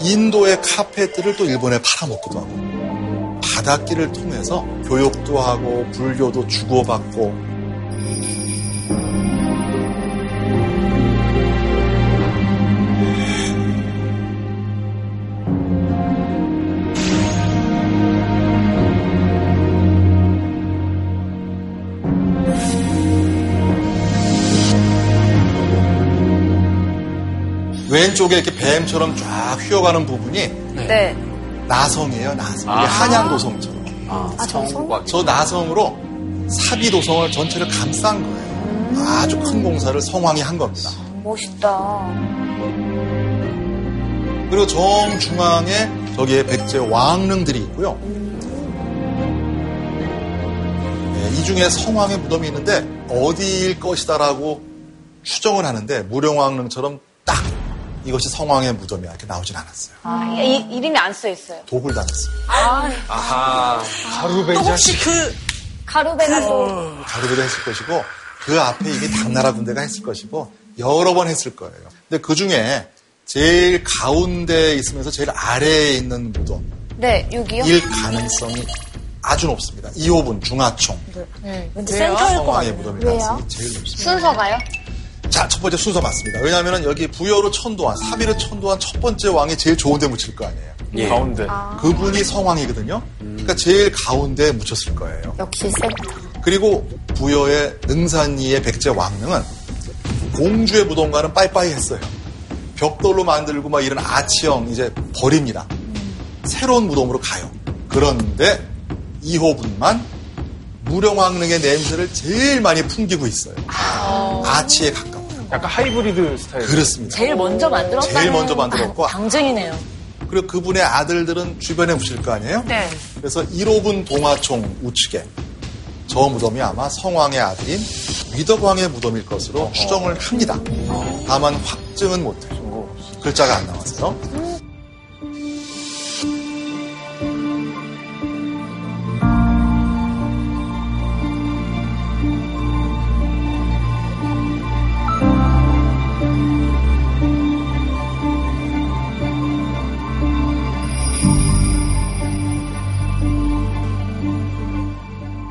Speaker 8: 인도의 카페트를 또 일본에 팔아먹기도 하고. 바닷길을 통해서 교육도 하고 불교도 주고받고 왼쪽에 이렇게 뱀처럼 쫙 휘어가는 부분이
Speaker 5: 네.
Speaker 8: 나성이에요, 나성. 이게
Speaker 5: 아.
Speaker 8: 한양도성처럼.
Speaker 5: 아, 정성?
Speaker 8: 저 나성으로 사비도성을 전체를 감싼 거예요. 아주 큰 공사를 성황이 한 겁니다.
Speaker 5: 멋있다.
Speaker 8: 그리고 정중앙에 저기에 백제 왕릉들이 있고요. 네, 이 중에 성왕의 무덤이 있는데 어디일 것이다라고 추정을 하는데 무령왕릉처럼 딱 이것이 성왕의 무덤이야 이렇게 나오진 않았어요.
Speaker 5: 아, 이, 이름이 안 써 있어요.
Speaker 8: 독을 당했습니다.
Speaker 5: 아,
Speaker 8: 아하.
Speaker 5: 또 혹시 그 가루베가 또
Speaker 8: 가르베도 했을 것이고 그 앞에 이게 당나라 군대가 했을 것이고 여러 번 했을 거예요. 근데 그 중에 제일 가운데에 있으면서 제일 아래에 있는 무덤
Speaker 5: 네, 여기요.
Speaker 3: 예.
Speaker 8: 일 가능성이 아주 높습니다. 2호분 중하총
Speaker 5: 네.
Speaker 7: 왠지
Speaker 5: 왜요?
Speaker 3: 예.
Speaker 7: 센터일 것
Speaker 8: 성왕의
Speaker 7: 같아요.
Speaker 8: 무덤이 가능성이 제일 높습니다.
Speaker 5: 순서가요?
Speaker 8: 자, 첫 번째 순서 맞습니다. 왜냐하면 여기 부여로 천도한, 사비로 천도한 첫 번째 왕이 제일 좋은 데 묻힐 거 아니에요.
Speaker 6: 예. 가운데.
Speaker 8: 그분이 성왕이거든요. 그러니까 제일 가운데 묻혔을 거예요.
Speaker 1: 역시 센터.
Speaker 8: 그리고 부여의 능산이의 백제 왕릉은 공주의 무덤과는 빠이빠이 했어요. 벽돌로 만들고 막 이런 아치형 이제 버립니다.
Speaker 1: 음.
Speaker 8: 새로운 무덤으로 가요. 그런데 이호분만 무령왕릉의 냄새를 제일 많이 풍기고 있어요. 아치에 가까워.
Speaker 6: 약간 하이브리드 스타일.
Speaker 8: 그렇습니다.
Speaker 7: 제일 먼저 만들었다.
Speaker 8: 제일 먼저 만들었고
Speaker 7: 당쟁이네요.
Speaker 8: 그리고 그분의 아들들은 주변에 묻힐 거 아니에요?
Speaker 7: 네.
Speaker 8: 그래서 1호분 동화총 우측에 저 무덤이 아마 성왕의 아들인 위덕왕의 무덤일 것으로 추정을 합니다. 다만 확증은 못해요. 글자가 안 나와서요.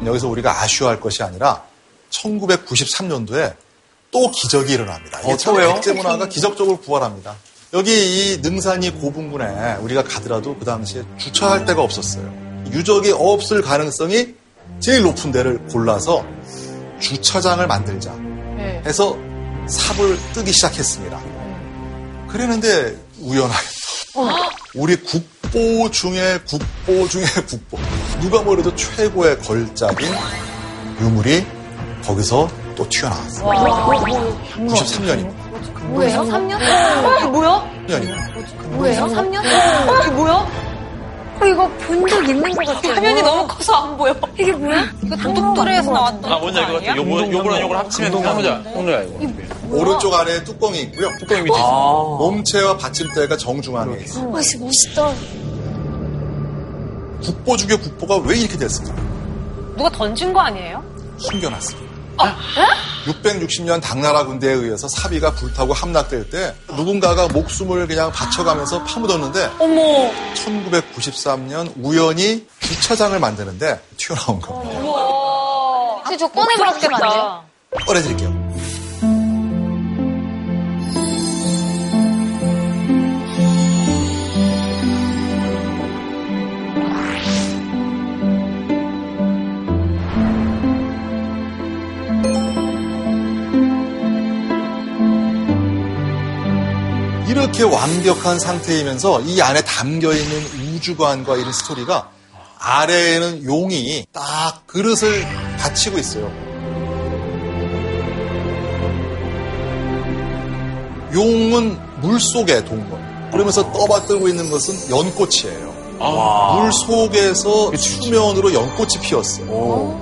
Speaker 8: 여기서 우리가 아쉬워할 것이 아니라 1993년도에 또 기적이 일어납니다. 이게
Speaker 3: 어,
Speaker 8: 참
Speaker 3: 또요?
Speaker 8: 백제 문화가 기적적으로 부활합니다. 여기 이 능산이 고분군에 우리가 가더라도 그 당시에 주차할 데가 없었어요. 유적이 없을 가능성이 제일 높은 데를 골라서 주차장을 만들자
Speaker 4: 네.
Speaker 8: 해서 삽을 뜨기 시작했습니다. 그랬는데 우연하게 우리 국보 중에 국보 중에 국보. 누가 뭐래도 최고의 걸작인 유물이 거기서 또 튀어나왔어요.
Speaker 5: 와.
Speaker 8: 93년입니다.
Speaker 5: 뭐예요?
Speaker 7: 음.
Speaker 4: 음.
Speaker 5: 3년? 어, 이거 뭐야?
Speaker 8: 3년입니다.
Speaker 5: 뭐예요? 3년? 어, 이거 뭐야?
Speaker 1: 어, 이거 본 적 있는 것 같아요.
Speaker 5: 화면이 너무 커서 안 보여.
Speaker 1: 이게 뭐야?
Speaker 5: 이거 단독도래에서 나왔던
Speaker 2: 아, 뭔지 알것 같아. 요거, 요거랑 요걸 합치면 혼자, 혼자야, 이거.
Speaker 8: 오른쪽 아래에 뚜껑이 있고요.
Speaker 2: 뚜껑이
Speaker 3: 예.
Speaker 2: 밑에
Speaker 3: 아,
Speaker 8: 있어요. 몸체와 받침대가 정중앙에
Speaker 5: 그렇죠.
Speaker 8: 있어요.
Speaker 1: 와, 씨, 멋있다.
Speaker 8: 국보 중에 국보가 왜 이렇게 됐을까?
Speaker 5: 누가 던진 거 아니에요? 어?
Speaker 8: 숨겨놨습니다. 660년 당나라 군대에 의해서 사비가 불타고 함락될 때 누군가가 목숨을 그냥 바쳐가면서 파묻었는데
Speaker 5: 어머.
Speaker 8: 1993년 우연히 주차장을 만드는데 튀어나온 겁니다.
Speaker 5: 근데 저 꺼내버렸으면 안 돼요?
Speaker 8: 꺼내드릴게요. 이렇게 완벽한 상태이면서 이 안에 담겨 있는 우주관과 이런 스토리가 아래에는 용이 딱 그릇을 받치고 있어요. 용은 물 속의 동물. 그러면서 떠받들고 있는 것은 연꽃이에요.
Speaker 2: 아,
Speaker 8: 물 속에서 수면으로 연꽃이 피었어요.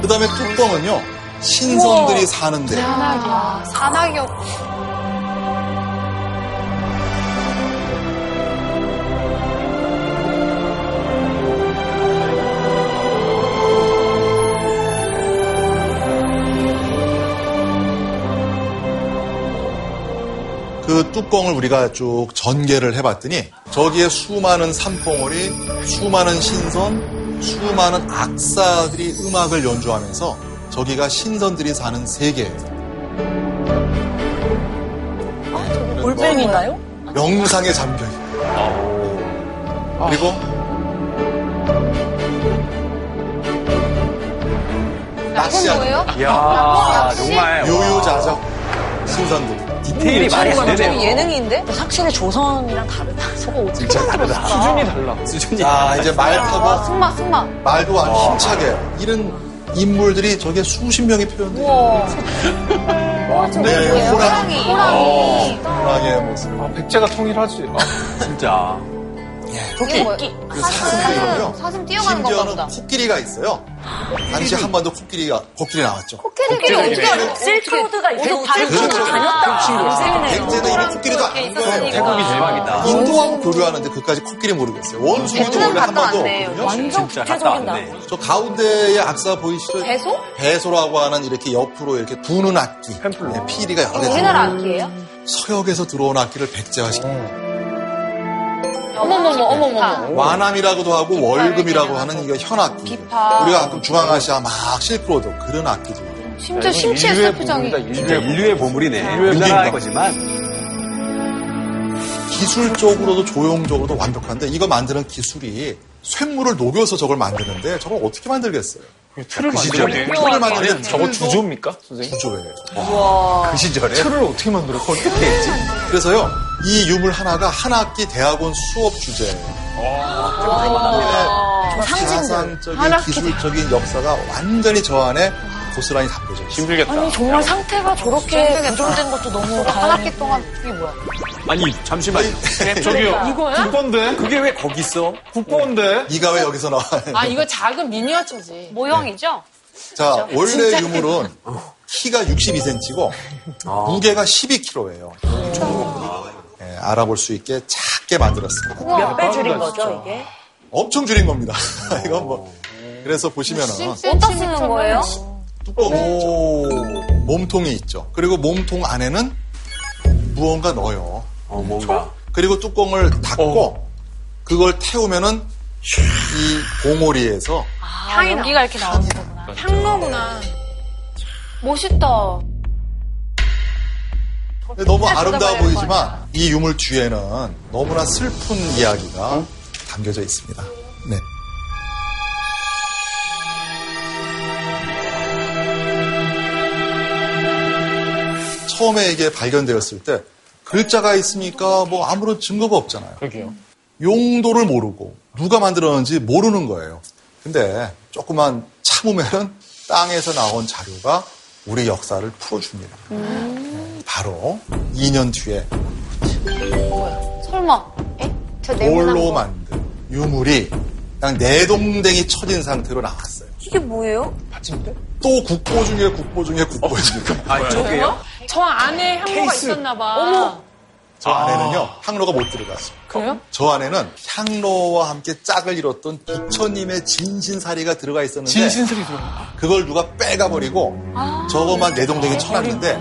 Speaker 8: 그 다음에 뚜껑은요, 신선들이 사는데.
Speaker 5: 산악이야. 산악이었고.
Speaker 8: 그 뚜껑을 우리가 쭉 전개를 해봤더니 저기에 수많은 산봉우리, 수많은 신선, 수많은 악사들이 음악을 연주하면서 저기가 신선들이 사는 세계예요.
Speaker 7: 올빼미인가요?
Speaker 8: 명상의 잠겨 있 그리고 낚시
Speaker 5: 뭐예요? 아,
Speaker 3: 이야, 정말.
Speaker 8: 요요자적 신선들
Speaker 3: 디테일이
Speaker 6: 아,
Speaker 3: 말이 안 되네요.
Speaker 7: 예능인데? 확실히 조선이랑 다르다. 저거 어떻게
Speaker 3: 진짜 다르다. 수준이
Speaker 6: 달라.
Speaker 3: 수준이
Speaker 8: 아 이제 말 타고
Speaker 11: 승마, 승마.
Speaker 8: 말도 아주 힘차게 이런 인물들이 저게 수십 명이 표현돼요. 네, 호랑이.
Speaker 3: 어.
Speaker 5: 호랑이.
Speaker 8: 호랑이의 모습.
Speaker 6: 아, 백제가 통일하지. 아,
Speaker 3: 진짜.
Speaker 5: 이게 뭐 사슴,
Speaker 8: 그 사슴이군요.
Speaker 5: 사슴 뛰어가는 건가
Speaker 8: 심지어는
Speaker 5: 보다.
Speaker 8: 코끼리가 있어요. 당시 한반도 코끼리가 코끼리 나왔죠.
Speaker 5: 코끼리 어떻게 알아?
Speaker 7: 실트로드가 이렇게
Speaker 5: 어떻게
Speaker 7: 다르구나. 아,
Speaker 5: 다르구나.
Speaker 4: 아,
Speaker 7: 다녔다.
Speaker 8: 백제는 이미
Speaker 5: 이렇게
Speaker 8: 코끼리도 안 거예요. 아,
Speaker 5: 있었으니까. 태국이
Speaker 3: 대박이다.
Speaker 8: 인도하고 교류하는데 그까지 코끼리 모르겠어요. 원숭이도
Speaker 5: 백제는
Speaker 8: 원래
Speaker 5: 갔다
Speaker 8: 한반도
Speaker 5: 왔네.
Speaker 8: 없거든요.
Speaker 7: 완전
Speaker 3: 진짜 갔다
Speaker 7: 국제적인 나.
Speaker 3: 왔네.
Speaker 8: 저 가운데에 악사 보이시죠?
Speaker 5: 배소?
Speaker 8: 배소라고 하는 이렇게 옆으로 이렇게 부는 악기. 네, 피리가 여러 개
Speaker 5: 우리나라
Speaker 8: 들어있는
Speaker 5: 악기예요?
Speaker 8: 서역에서 들어온 악기를 백제화시킨
Speaker 5: 아, 어머머머, 어머머머.
Speaker 8: 와남이라고도 하고 월금이라고 하는 이거 현악기.
Speaker 5: 비파.
Speaker 8: 우리가 가끔 중앙아시아 막 실크로드 그런 악기들.
Speaker 11: 심지어 심취했어, 표정이.
Speaker 3: 진짜 인류의 보물이네.
Speaker 6: 인류의
Speaker 3: 우리나라
Speaker 8: 보물이다.
Speaker 3: 거지만.
Speaker 8: 기술적으로도 조형적으로도 완벽한데 이거 만드는 기술이 쇠물을 녹여서 저걸 만드는데 저걸 어떻게 만들겠어요? 그
Speaker 6: 틀을
Speaker 3: 시절에.
Speaker 6: 만들었네.
Speaker 8: 틀을 만드는
Speaker 6: 아니, 저거
Speaker 8: 틀도
Speaker 6: 주조입니까, 선생님?
Speaker 8: 구조예요.
Speaker 3: 그 시절에.
Speaker 6: 틀을 어떻게 만들었어?
Speaker 3: 어떻게 했지?
Speaker 8: 그래서요 이 유물 하나가 한 학기 대학원 수업 주제예요. 네,
Speaker 7: 한
Speaker 8: 사상적인
Speaker 7: 학기
Speaker 8: 기술적인 역사가 완전히 저 안에 고스란히 담겨져 있어요.
Speaker 6: 힘들겠다.
Speaker 7: 아니 정말 상태가 저렇게 보존된 것도 너무
Speaker 11: 한
Speaker 7: 다행이고.
Speaker 11: 학기 동안 이게 뭐야?
Speaker 3: 아니, 잠시만요.
Speaker 2: 네,
Speaker 6: 저기요.
Speaker 4: 이거야?
Speaker 6: 국보인데?
Speaker 3: 그게 왜 거기 있어?
Speaker 6: 국보인데?
Speaker 8: 이가 왜 여기서 나와요?
Speaker 4: 아, 이거 작은 미니어처지.
Speaker 5: 모형이죠?
Speaker 8: 네.
Speaker 5: 그렇죠.
Speaker 8: 자, 원래 유물은 키가 62cm고
Speaker 3: 아.
Speaker 8: 무게가 12kg예요. 예, 알아볼 수 있게 작게 만들었습니다.
Speaker 7: 몇 배 줄인 거죠 이게?
Speaker 8: 엄청 줄인 겁니다. 이건 뭐 그래서
Speaker 4: 아,
Speaker 8: 보시면은
Speaker 5: 어디다 쓰는 거예요?
Speaker 8: 뚜껑이 있죠. 몸통이 있죠. 그리고 몸통 안에는 무언가 넣어요.
Speaker 3: 어, 뭔가. 어.
Speaker 8: 그리고 뚜껑을 닫고 그걸 태우면은 이 공오리에서
Speaker 11: 향이 연기가 이렇게 나오는 거구나.
Speaker 4: 그렇죠. 향로구나.
Speaker 5: 멋있다.
Speaker 8: 너무 아름다워 보이지만 이 유물 뒤에는 너무나 슬픈 이야기가 담겨져 있습니다. 네. 처음에 이게 발견되었을 때 글자가 있으니까 뭐 아무런 증거가 없잖아요.
Speaker 6: 그러게요.
Speaker 8: 용도를 모르고 누가 만들었는지 모르는 거예요. 근데 조금만 참으면 땅에서 나온 자료가 우리 역사를 풀어줍니다. 네, 바로 2년 뒤에
Speaker 11: 설마. 에? 저 네모난
Speaker 8: 돌로
Speaker 11: 거.
Speaker 8: 만든 유물이 그냥 내동댕이 쳐진 상태로 나왔어요.
Speaker 5: 이게 뭐예요?
Speaker 8: 또 국보 중에 국보 중에 국보입니다.
Speaker 3: 아, 저게요?
Speaker 4: 저 안에 향로가 있었나 봐. 어머.
Speaker 8: 저
Speaker 6: 아.
Speaker 8: 안에는요 항로가 못 들어갔어요.
Speaker 4: 그래요?
Speaker 8: 저 안에는 향로와 함께 짝을 이뤘던 부처님의 진신사리가 들어가 있었는데
Speaker 6: 진신설이 아. 들어가.
Speaker 8: 그걸 누가 빼가버리고 저것만 내동댕이 쳐놨는데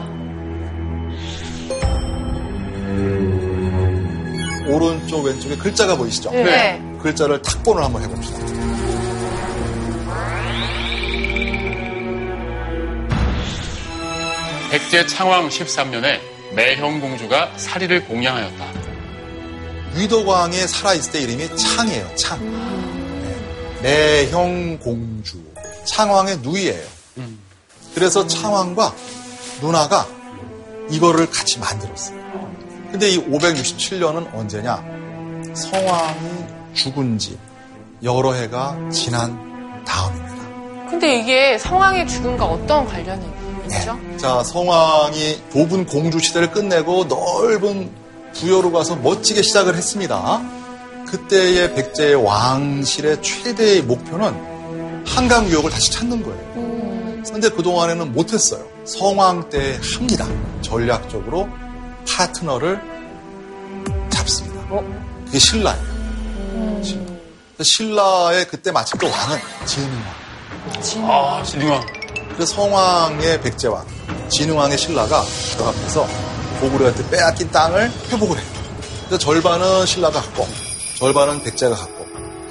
Speaker 8: 오른쪽 왼쪽에 글자가 보이시죠?
Speaker 11: 네.
Speaker 8: 글자를 탁본을 한번 해봅시다.
Speaker 2: 백제 창왕 13년에 매형공주가 사리를 공양하였다.
Speaker 8: 위도광에 살아있을 때 이름이 창이에요. 창. 네. 내형 공주. 창왕의 누이예요. 그래서 창왕과 누나가 이거를 같이 만들었어요. 근데 이 567년은 언제냐? 성왕이 죽은 지 여러 해가 지난 다음입니다.
Speaker 4: 근데 이게 성황의 죽음과 어떤 관련이 있죠?
Speaker 8: 자, 성왕이 좁은 공주 시대를 끝내고 넓은 부여로 가서 멋지게 시작을 했습니다. 그때의 백제의 왕실의 최대의 목표는 한강 유역을 다시 찾는 거예요. 그런데 그동안에는 못했어요. 성왕 때 합니다. 전략적으로 파트너를 잡습니다. 그게 신라예요. 신라의 그때 마침 또 왕은 진흥왕.
Speaker 2: 아, 진흥왕.
Speaker 8: 그래서 성왕의 백제왕, 진흥왕의 신라가 그 앞에서 고구려한테 빼앗긴 땅을 회복을 해요. 근데 절반은 신라가 갖고 절반은 백제가 갖고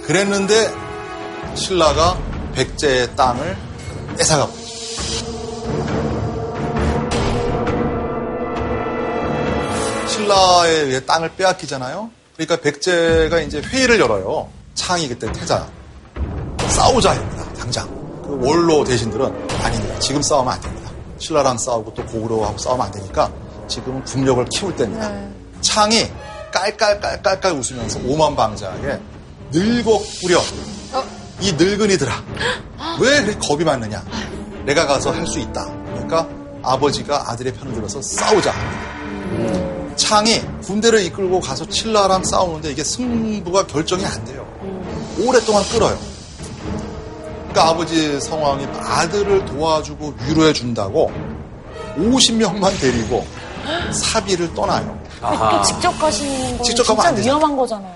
Speaker 8: 그랬는데 신라가 백제의 땅을 뺏어가 버리죠. 신라에 의해 땅을 빼앗기잖아요. 그러니까 백제가 이제 회의를 열어요. 창이 그때 태자 싸우자 입니다. 당장 그 원로 대신들은 아닙니다. 지금 싸우면 안 됩니다. 신라랑 싸우고 또 고구려하고 싸우면 안 되니까 지금은 국력을 키울 때입니다. 창이 깔깔깔깔깔 웃으면서 오만방자하게 늙어 꾸려 이 늙은이들아 왜 그렇게 겁이 많느냐 내가 가서 할 수 있다 그러니까 아버지가 아들의 편을 들어서 싸우자 창이 군대를 이끌고 가서 칠라랑 싸우는데 이게 승부가 결정이 안 돼요 오랫동안 끌어요 그러니까 아버지 성황이 아들을 도와주고 위로해 준다고 50명만 데리고 사비를 떠나요
Speaker 7: 또 직접 가시는 건
Speaker 8: 직접 가면
Speaker 7: 진짜
Speaker 8: 안 되잖아.
Speaker 7: 위험한 거잖아요.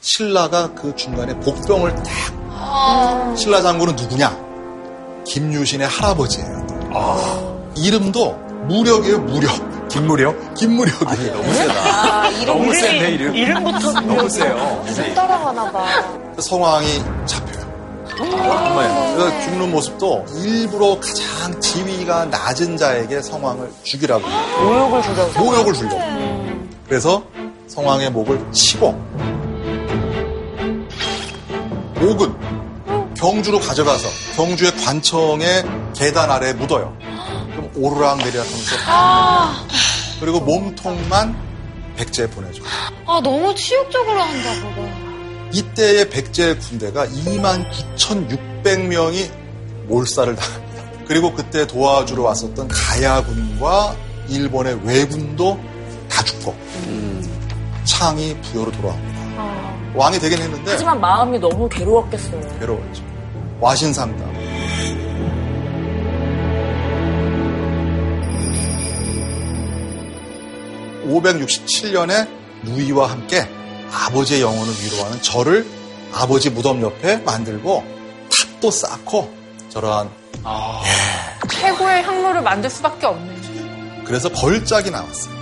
Speaker 8: 신라가 그 중간에 복병을 딱
Speaker 7: 아.
Speaker 8: 신라 장군은 누구냐? 김유신의 할아버지예요. 이름도 무력이에요, 무력.
Speaker 3: 김무력?
Speaker 8: 김무력이에요.
Speaker 3: 너무 세다. 너무 센데, 아, 네. 이름?
Speaker 7: 이름부터
Speaker 3: 너무 세요.
Speaker 7: 못 따라가나 봐.
Speaker 8: 그 성황이 잡혀요. 그래서 죽는 모습도 일부러 가장 지위가 낮은 자에게 성황을 죽이라고. 모욕을 주려고. 모욕을 주려고. 그래서 성황의 목을 치고 목은 경주로 가져가서 경주의 관청의 계단 아래에 묻어요. 그럼 오르락 내리락 하면서
Speaker 5: 아,
Speaker 8: 그리고 몸통만 백제에 보내줘요.
Speaker 5: 아 너무 치욕적으로 한다 그거.
Speaker 8: 이때의 백제 군대가 29,600명이 몰살을 당합니다. 그리고 그때 도와주러 왔었던 가야군과 일본의 왜군도 다 죽고 창이 부여로 돌아옵니다. 왕이 되긴 했는데
Speaker 7: 하지만 마음이 너무 괴로웠겠어요.
Speaker 8: 괴로웠죠. 와신상담. (567년에) 누이와 함께 아버지의 영혼을 위로하는 절을 아버지 무덤 옆에 만들고 탑도 쌓고 저러한 예.
Speaker 4: 최고의 향로를 만들 수밖에 없네요.
Speaker 8: 그래서 걸작이 나왔어요.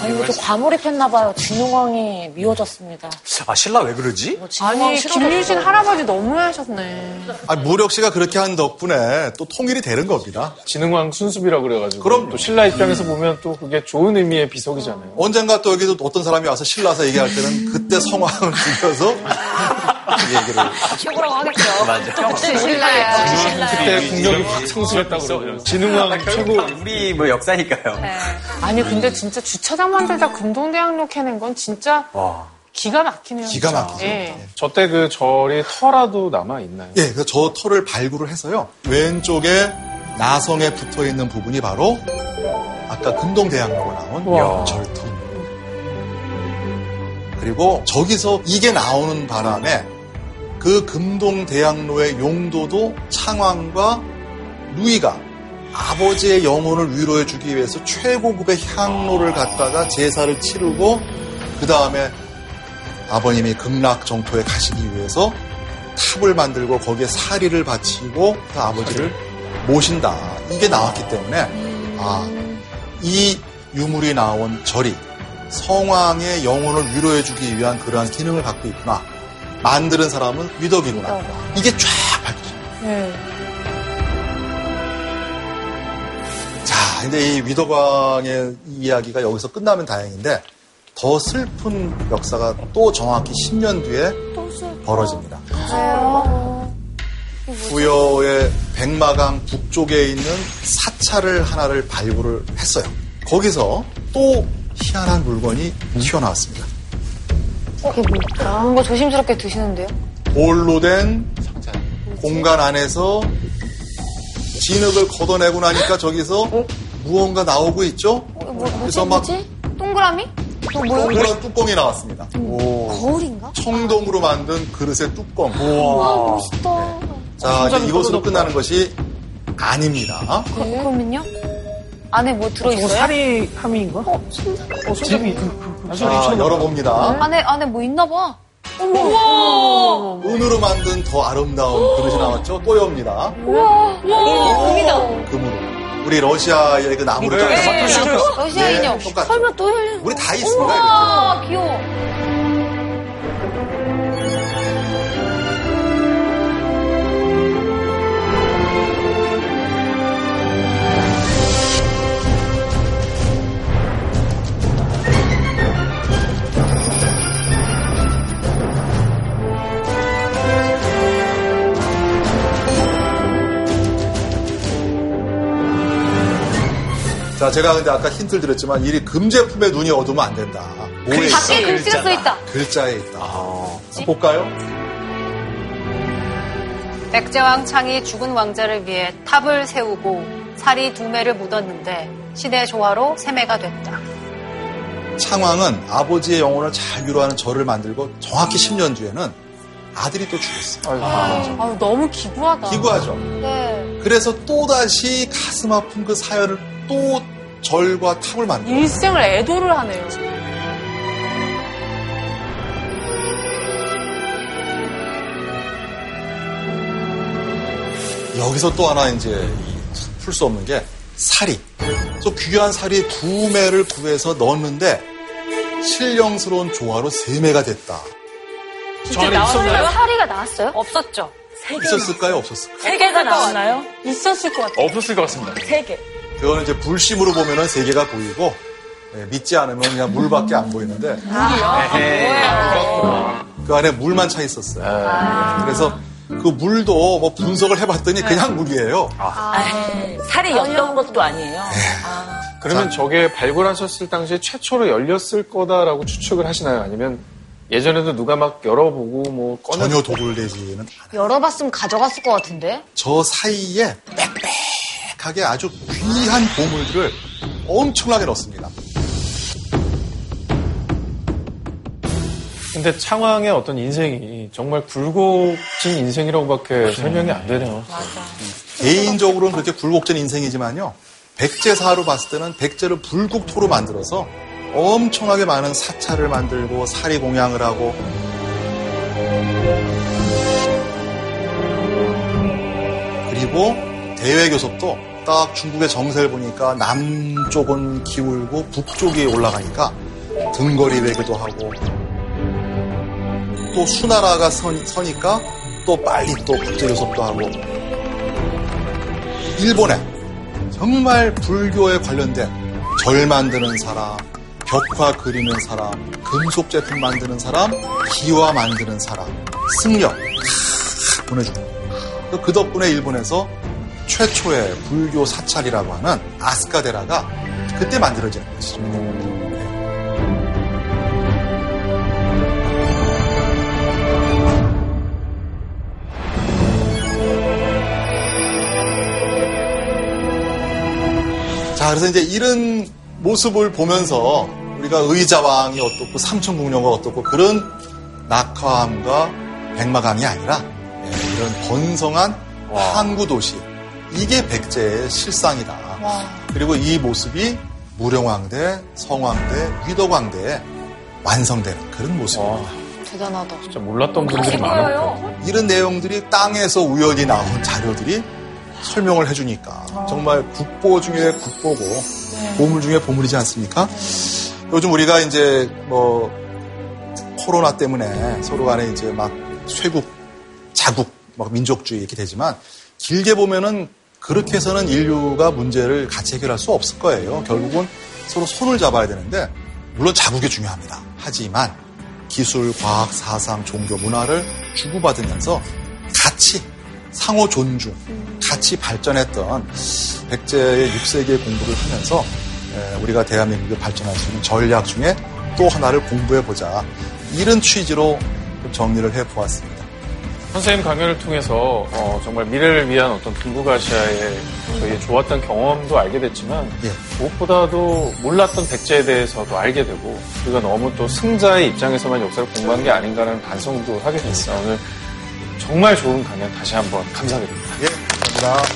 Speaker 7: 아니, 이것도 과몰입했나봐요. 진흥왕이 미워졌습니다.
Speaker 3: 아, 신라 왜 그러지?
Speaker 4: 아니
Speaker 7: 싫어졌어.
Speaker 4: 김유신 할아버지 너무 하셨네.
Speaker 8: 아, 무력 씨가 그렇게 한 덕분에 또 통일이 되는 겁니다.
Speaker 6: 진흥왕 순수비라 그래가지고. 그럼 또 신라 입장에서 보면 또 그게 좋은 의미의 비석이잖아요.
Speaker 8: 언젠가 또 여기도 어떤 사람이 와서 신라서 얘기할 때는 그때 성황을 죽여서 얘기를
Speaker 5: 최고라고 하겠죠.
Speaker 3: 맞아.
Speaker 6: 그렇죠. 그때 국력이 확 성숙했다고 아, 그러고. 진흥왕 최고.
Speaker 3: 우리 뭐 역사니까요.
Speaker 4: 아니 근데 진짜 주차장 만들다 금동대학로 캐낸 건 진짜 기가 막히네요.
Speaker 6: 기가
Speaker 4: 진짜.
Speaker 6: 막히죠.
Speaker 4: 예.
Speaker 6: 저때 그 절이 터라도 남아있나요?
Speaker 8: 예, 그래서 저 털을 발굴을 해서요. 왼쪽에 나성에 붙어 있는 부분이 바로 아까 금동대학로가 나온
Speaker 6: 우와.
Speaker 8: 절터. 그리고 저기서 이게 나오는 바람에 그 금동대학로의 용도도 창왕과 누이가 아버지의 영혼을 위로해주기 위해서 최고급의 향로를 갖다가 제사를 치르고 그 다음에 아버님이 극락 정토에 가시기 위해서 탑을 만들고 거기에 사리를 바치고 그 아버지를 모신다. 이게 나왔기 때문에 아, 이 유물이 나온 절이 성왕의 영혼을 위로해주기 위한 그러한 기능을 갖고 있구나. 만드는 사람은 위덕이구나. 네. 이게 쫙 밝혀져. 자, 근데 이 위덕왕의 이야기가 여기서 끝나면 다행인데 더 슬픈 역사가 또 정확히 10년 뒤에 벌어집니다. 부여의 백마강 북쪽에 있는 사찰을 하나를 발굴을 했어요. 거기서 또 희한한 물건이 튀어나왔습니다.
Speaker 5: 그게 뭘까? 뭔가 뭐, 조심스럽게 드시는데요?
Speaker 8: 돌로 된 공간 안에서 진흙을 걷어내고 나니까 저기서 무언가 나오고 있죠?
Speaker 5: 뭐, 뭐지?
Speaker 8: 그래서 막-
Speaker 5: 뭐지? 동그라미? 또 어, 뭐야?
Speaker 8: 동그란 뚜껑이 나왔습니다.
Speaker 5: 거울인가?
Speaker 8: 청동으로 만든 그릇의 뚜껑. 네.
Speaker 5: 와 멋있다.
Speaker 8: 자, 이제 이것으로 끝나는 것이 아닙니다.
Speaker 5: 그, 러면요 안에 뭐 들어있어요?
Speaker 12: 도사리 함인가?
Speaker 5: 어, 순살.
Speaker 6: 아,
Speaker 12: 어, 손잡이.
Speaker 8: 자, 열어봅니다.
Speaker 5: 안에 안에 뭐 있나 봐. 어,
Speaker 8: 우와! 은으로 만든 더 아름다운 그릇이 나왔죠. 또요입니다.
Speaker 5: 우와, 우와, 금이다.
Speaker 8: 금으로. 우리 러시아의 그 나무를
Speaker 5: 네.
Speaker 8: 잘라서
Speaker 5: 러시아
Speaker 8: 예,
Speaker 5: 인형.
Speaker 8: 똑같죠.
Speaker 5: 설마 또 열리는
Speaker 8: 우리
Speaker 5: 거야?
Speaker 8: 다 있습니다,
Speaker 5: 우와, 귀여워.
Speaker 8: 자, 제가 근데 아까 힌트를 드렸지만 일이 금제품에 눈이 어두면 안 된다. 뭐에
Speaker 5: 그
Speaker 8: 있어?
Speaker 5: 밖에 글씨가 써 있다.
Speaker 8: 글자에 있다. 한번 볼까요?
Speaker 11: 백제왕 창이 죽은 왕자를 위해 탑을 세우고 살이 두 매를 묻었는데 시대 조화로 세매가 됐다.
Speaker 8: 창왕은 아버지의 영혼을 잘 위로하는 절을 만들고 정확히 10년 뒤에는 아들이 또 죽었어요.
Speaker 4: 아유, 너무 기구하다.
Speaker 8: 기구하죠.
Speaker 4: 네.
Speaker 8: 그래서 또다시 가슴 아픈 그 사연을 또 절과 탑을 만들고
Speaker 4: 일생을 애도를 하네요.
Speaker 8: 여기서 또 하나 이제 풀 수 없는 게 사리. 그 귀한 사리 두 매를 구해서 넣었는데 신령스러운 조화로 세 매가 됐다.
Speaker 11: 진짜 나왔어요? 사리가 나왔어요? 없었죠.
Speaker 8: 있었을까요? 없었을까요?
Speaker 11: 세 개가 나왔나요?
Speaker 4: 있었을 것
Speaker 2: 어,
Speaker 4: 같아요.
Speaker 6: 없었을 것 같습니다.
Speaker 4: 세 개.
Speaker 8: 그거는 이제 불심으로 보면은 세 개가 보이고 예, 믿지 않으면 그냥 물밖에 안 보이는데 그 안에 물만 차 있었어요. 그래서 그 물도 뭐 분석을 해봤더니 그냥 물이에요.
Speaker 7: 네,
Speaker 9: 살이 엿던 것도 아니에요.
Speaker 6: 그러면 저게 발굴하셨을 당시에 최초로 열렸을 거다라고 추측을 하시나요? 아니면 예전에도 누가 막 열어보고 뭐 꺼내
Speaker 8: 전혀 도굴 되지는
Speaker 5: 열어봤으면 가져갔을 것 같은데?
Speaker 8: 저 사이에 빽빽하게 아주 귀한 보물들을 엄청나게 넣습니다.
Speaker 6: 근데 창왕의 어떤 인생이 정말 굴곡진 인생이라고밖에 설명이 안 되네요.
Speaker 8: 개인적으로는 그렇게 굴곡진 인생이지만요. 백제사로 봤을 때는 백제를 불국토로 만들어서 엄청나게 많은 사찰을 만들고 사리 공양을 하고 그리고 대외교섭도 딱 중국의 정세를 보니까 남쪽은 기울고 북쪽이 올라가니까 등거리 외교도 하고 또 수나라가 선- 서니까 또 빨리 또 국제교섭도 하고 일본에 정말 불교에 관련된 절 만드는 사람, 벽화 그리는 사람, 금속 제품 만드는 사람, 기와 만드는 사람, 승려 다 보내줍니다. 그 덕분에 일본에서 최초의 불교 사찰이라고 하는 아스카데라가 그때 만들어진 것이죠. 자, 그래서 이제 이런 모습을 보면서 우리가 의자왕이 어떻고 삼천국녀가 어떻고 그런 낙화함과 백마감이 아니라 예, 이런 번성한 항구 도시 이게 백제의 실상이다. 그리고 이 모습이 무령왕대, 성왕대, 위덕왕대에 완성되는 그런 모습입니다.
Speaker 4: 대단하다.
Speaker 6: 진짜 몰랐던 분들이 많아요.
Speaker 8: 이런 내용들이 땅에서 우연히 나온 자료들이 설명을 해주니까 정말 국보 중에 국보고 보물 중에 보물이지 않습니까? 요즘 우리가 이제 뭐 코로나 때문에 서로 간에 이제 막 쇄국, 자국, 막 민족주의 이렇게 되지만 길게 보면은 그렇게 해서는 인류가 문제를 같이 해결할 수 없을 거예요. 결국은 서로 손을 잡아야 되는데 물론 자국이 중요합니다. 하지만 기술, 과학, 사상, 종교, 문화를 주고받으면서 같이 상호 존중, 같이 발전했던 백제의 6세기의 공부를 하면서 에, 우리가 대한민국이 발전할 수 있는 전략 중에 또 하나를 공부해보자. 이런 취지로 좀 정리를 해보았습니다.
Speaker 6: 선생님 강연을 통해서 어, 정말 미래를 위한 어떤 동북아시아의 저희의 좋았던 경험도 알게 됐지만 무엇보다도 몰랐던 백제에 대해서도 알게 되고 우리가 너무 또 승자의 입장에서만 역사를 공부한 게 아닌가라는 반성도 하게 됐어요. 오늘 정말 좋은 강연 다시 한번 감사드립니다.
Speaker 8: 예, 감사합니다.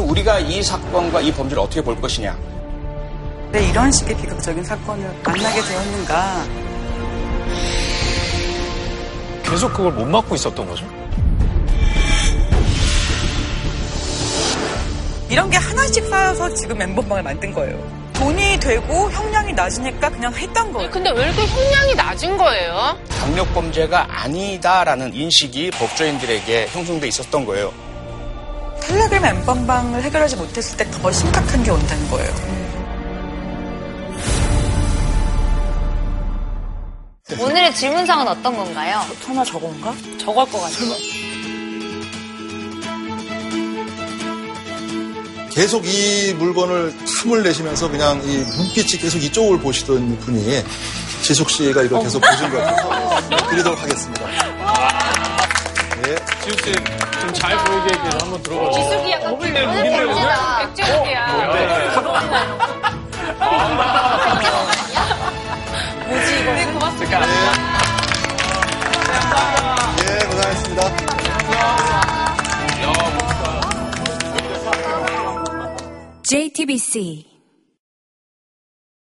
Speaker 3: 우리
Speaker 12: 우리가 이 사건과 이 범죄를 어떻게 볼 것이냐.
Speaker 13: 왜 이런 식의 비극적인 사건을 만나게 되었는가?
Speaker 6: 계속 그걸 못 막고 있었던 거죠.
Speaker 13: 이런 게 하나씩 쌓여서 지금 멘붕방을 만든 거예요. 돈이 되고 형량이 낮으니까 그냥 했던 거예요.
Speaker 4: 근데 왜 이렇게 형량이 낮은 거예요?
Speaker 12: 강력 범죄가 아니다라는 인식이 법조인들에게 형성돼 있었던 거예요.
Speaker 13: 탈락을 멘붕방을 해결하지 못했을 때 더 심각한 게 온다는 거예요.
Speaker 5: 오늘의 질문상은 어떤 건가요?
Speaker 7: 설마 저건가?
Speaker 5: 저걸 것 같아요.
Speaker 8: 계속 이 물건을 탐을 내시면서 그냥 이 눈빛이 계속 이쪽을 보시던 분이 지숙 씨가 이걸 계속 보신 것 같아서 드리도록 하겠습니다. 예.
Speaker 6: 지우 씨, 좀 잘 보이게 얘기를 한번 들어봐 주세요.
Speaker 11: 지숙이 약간
Speaker 6: 어울릴 무기인데, 오늘?
Speaker 11: 백종이야.
Speaker 8: 뭐지 이거? 네, 고맙습니다. 예, 고생하셨습니다.
Speaker 14: JTBC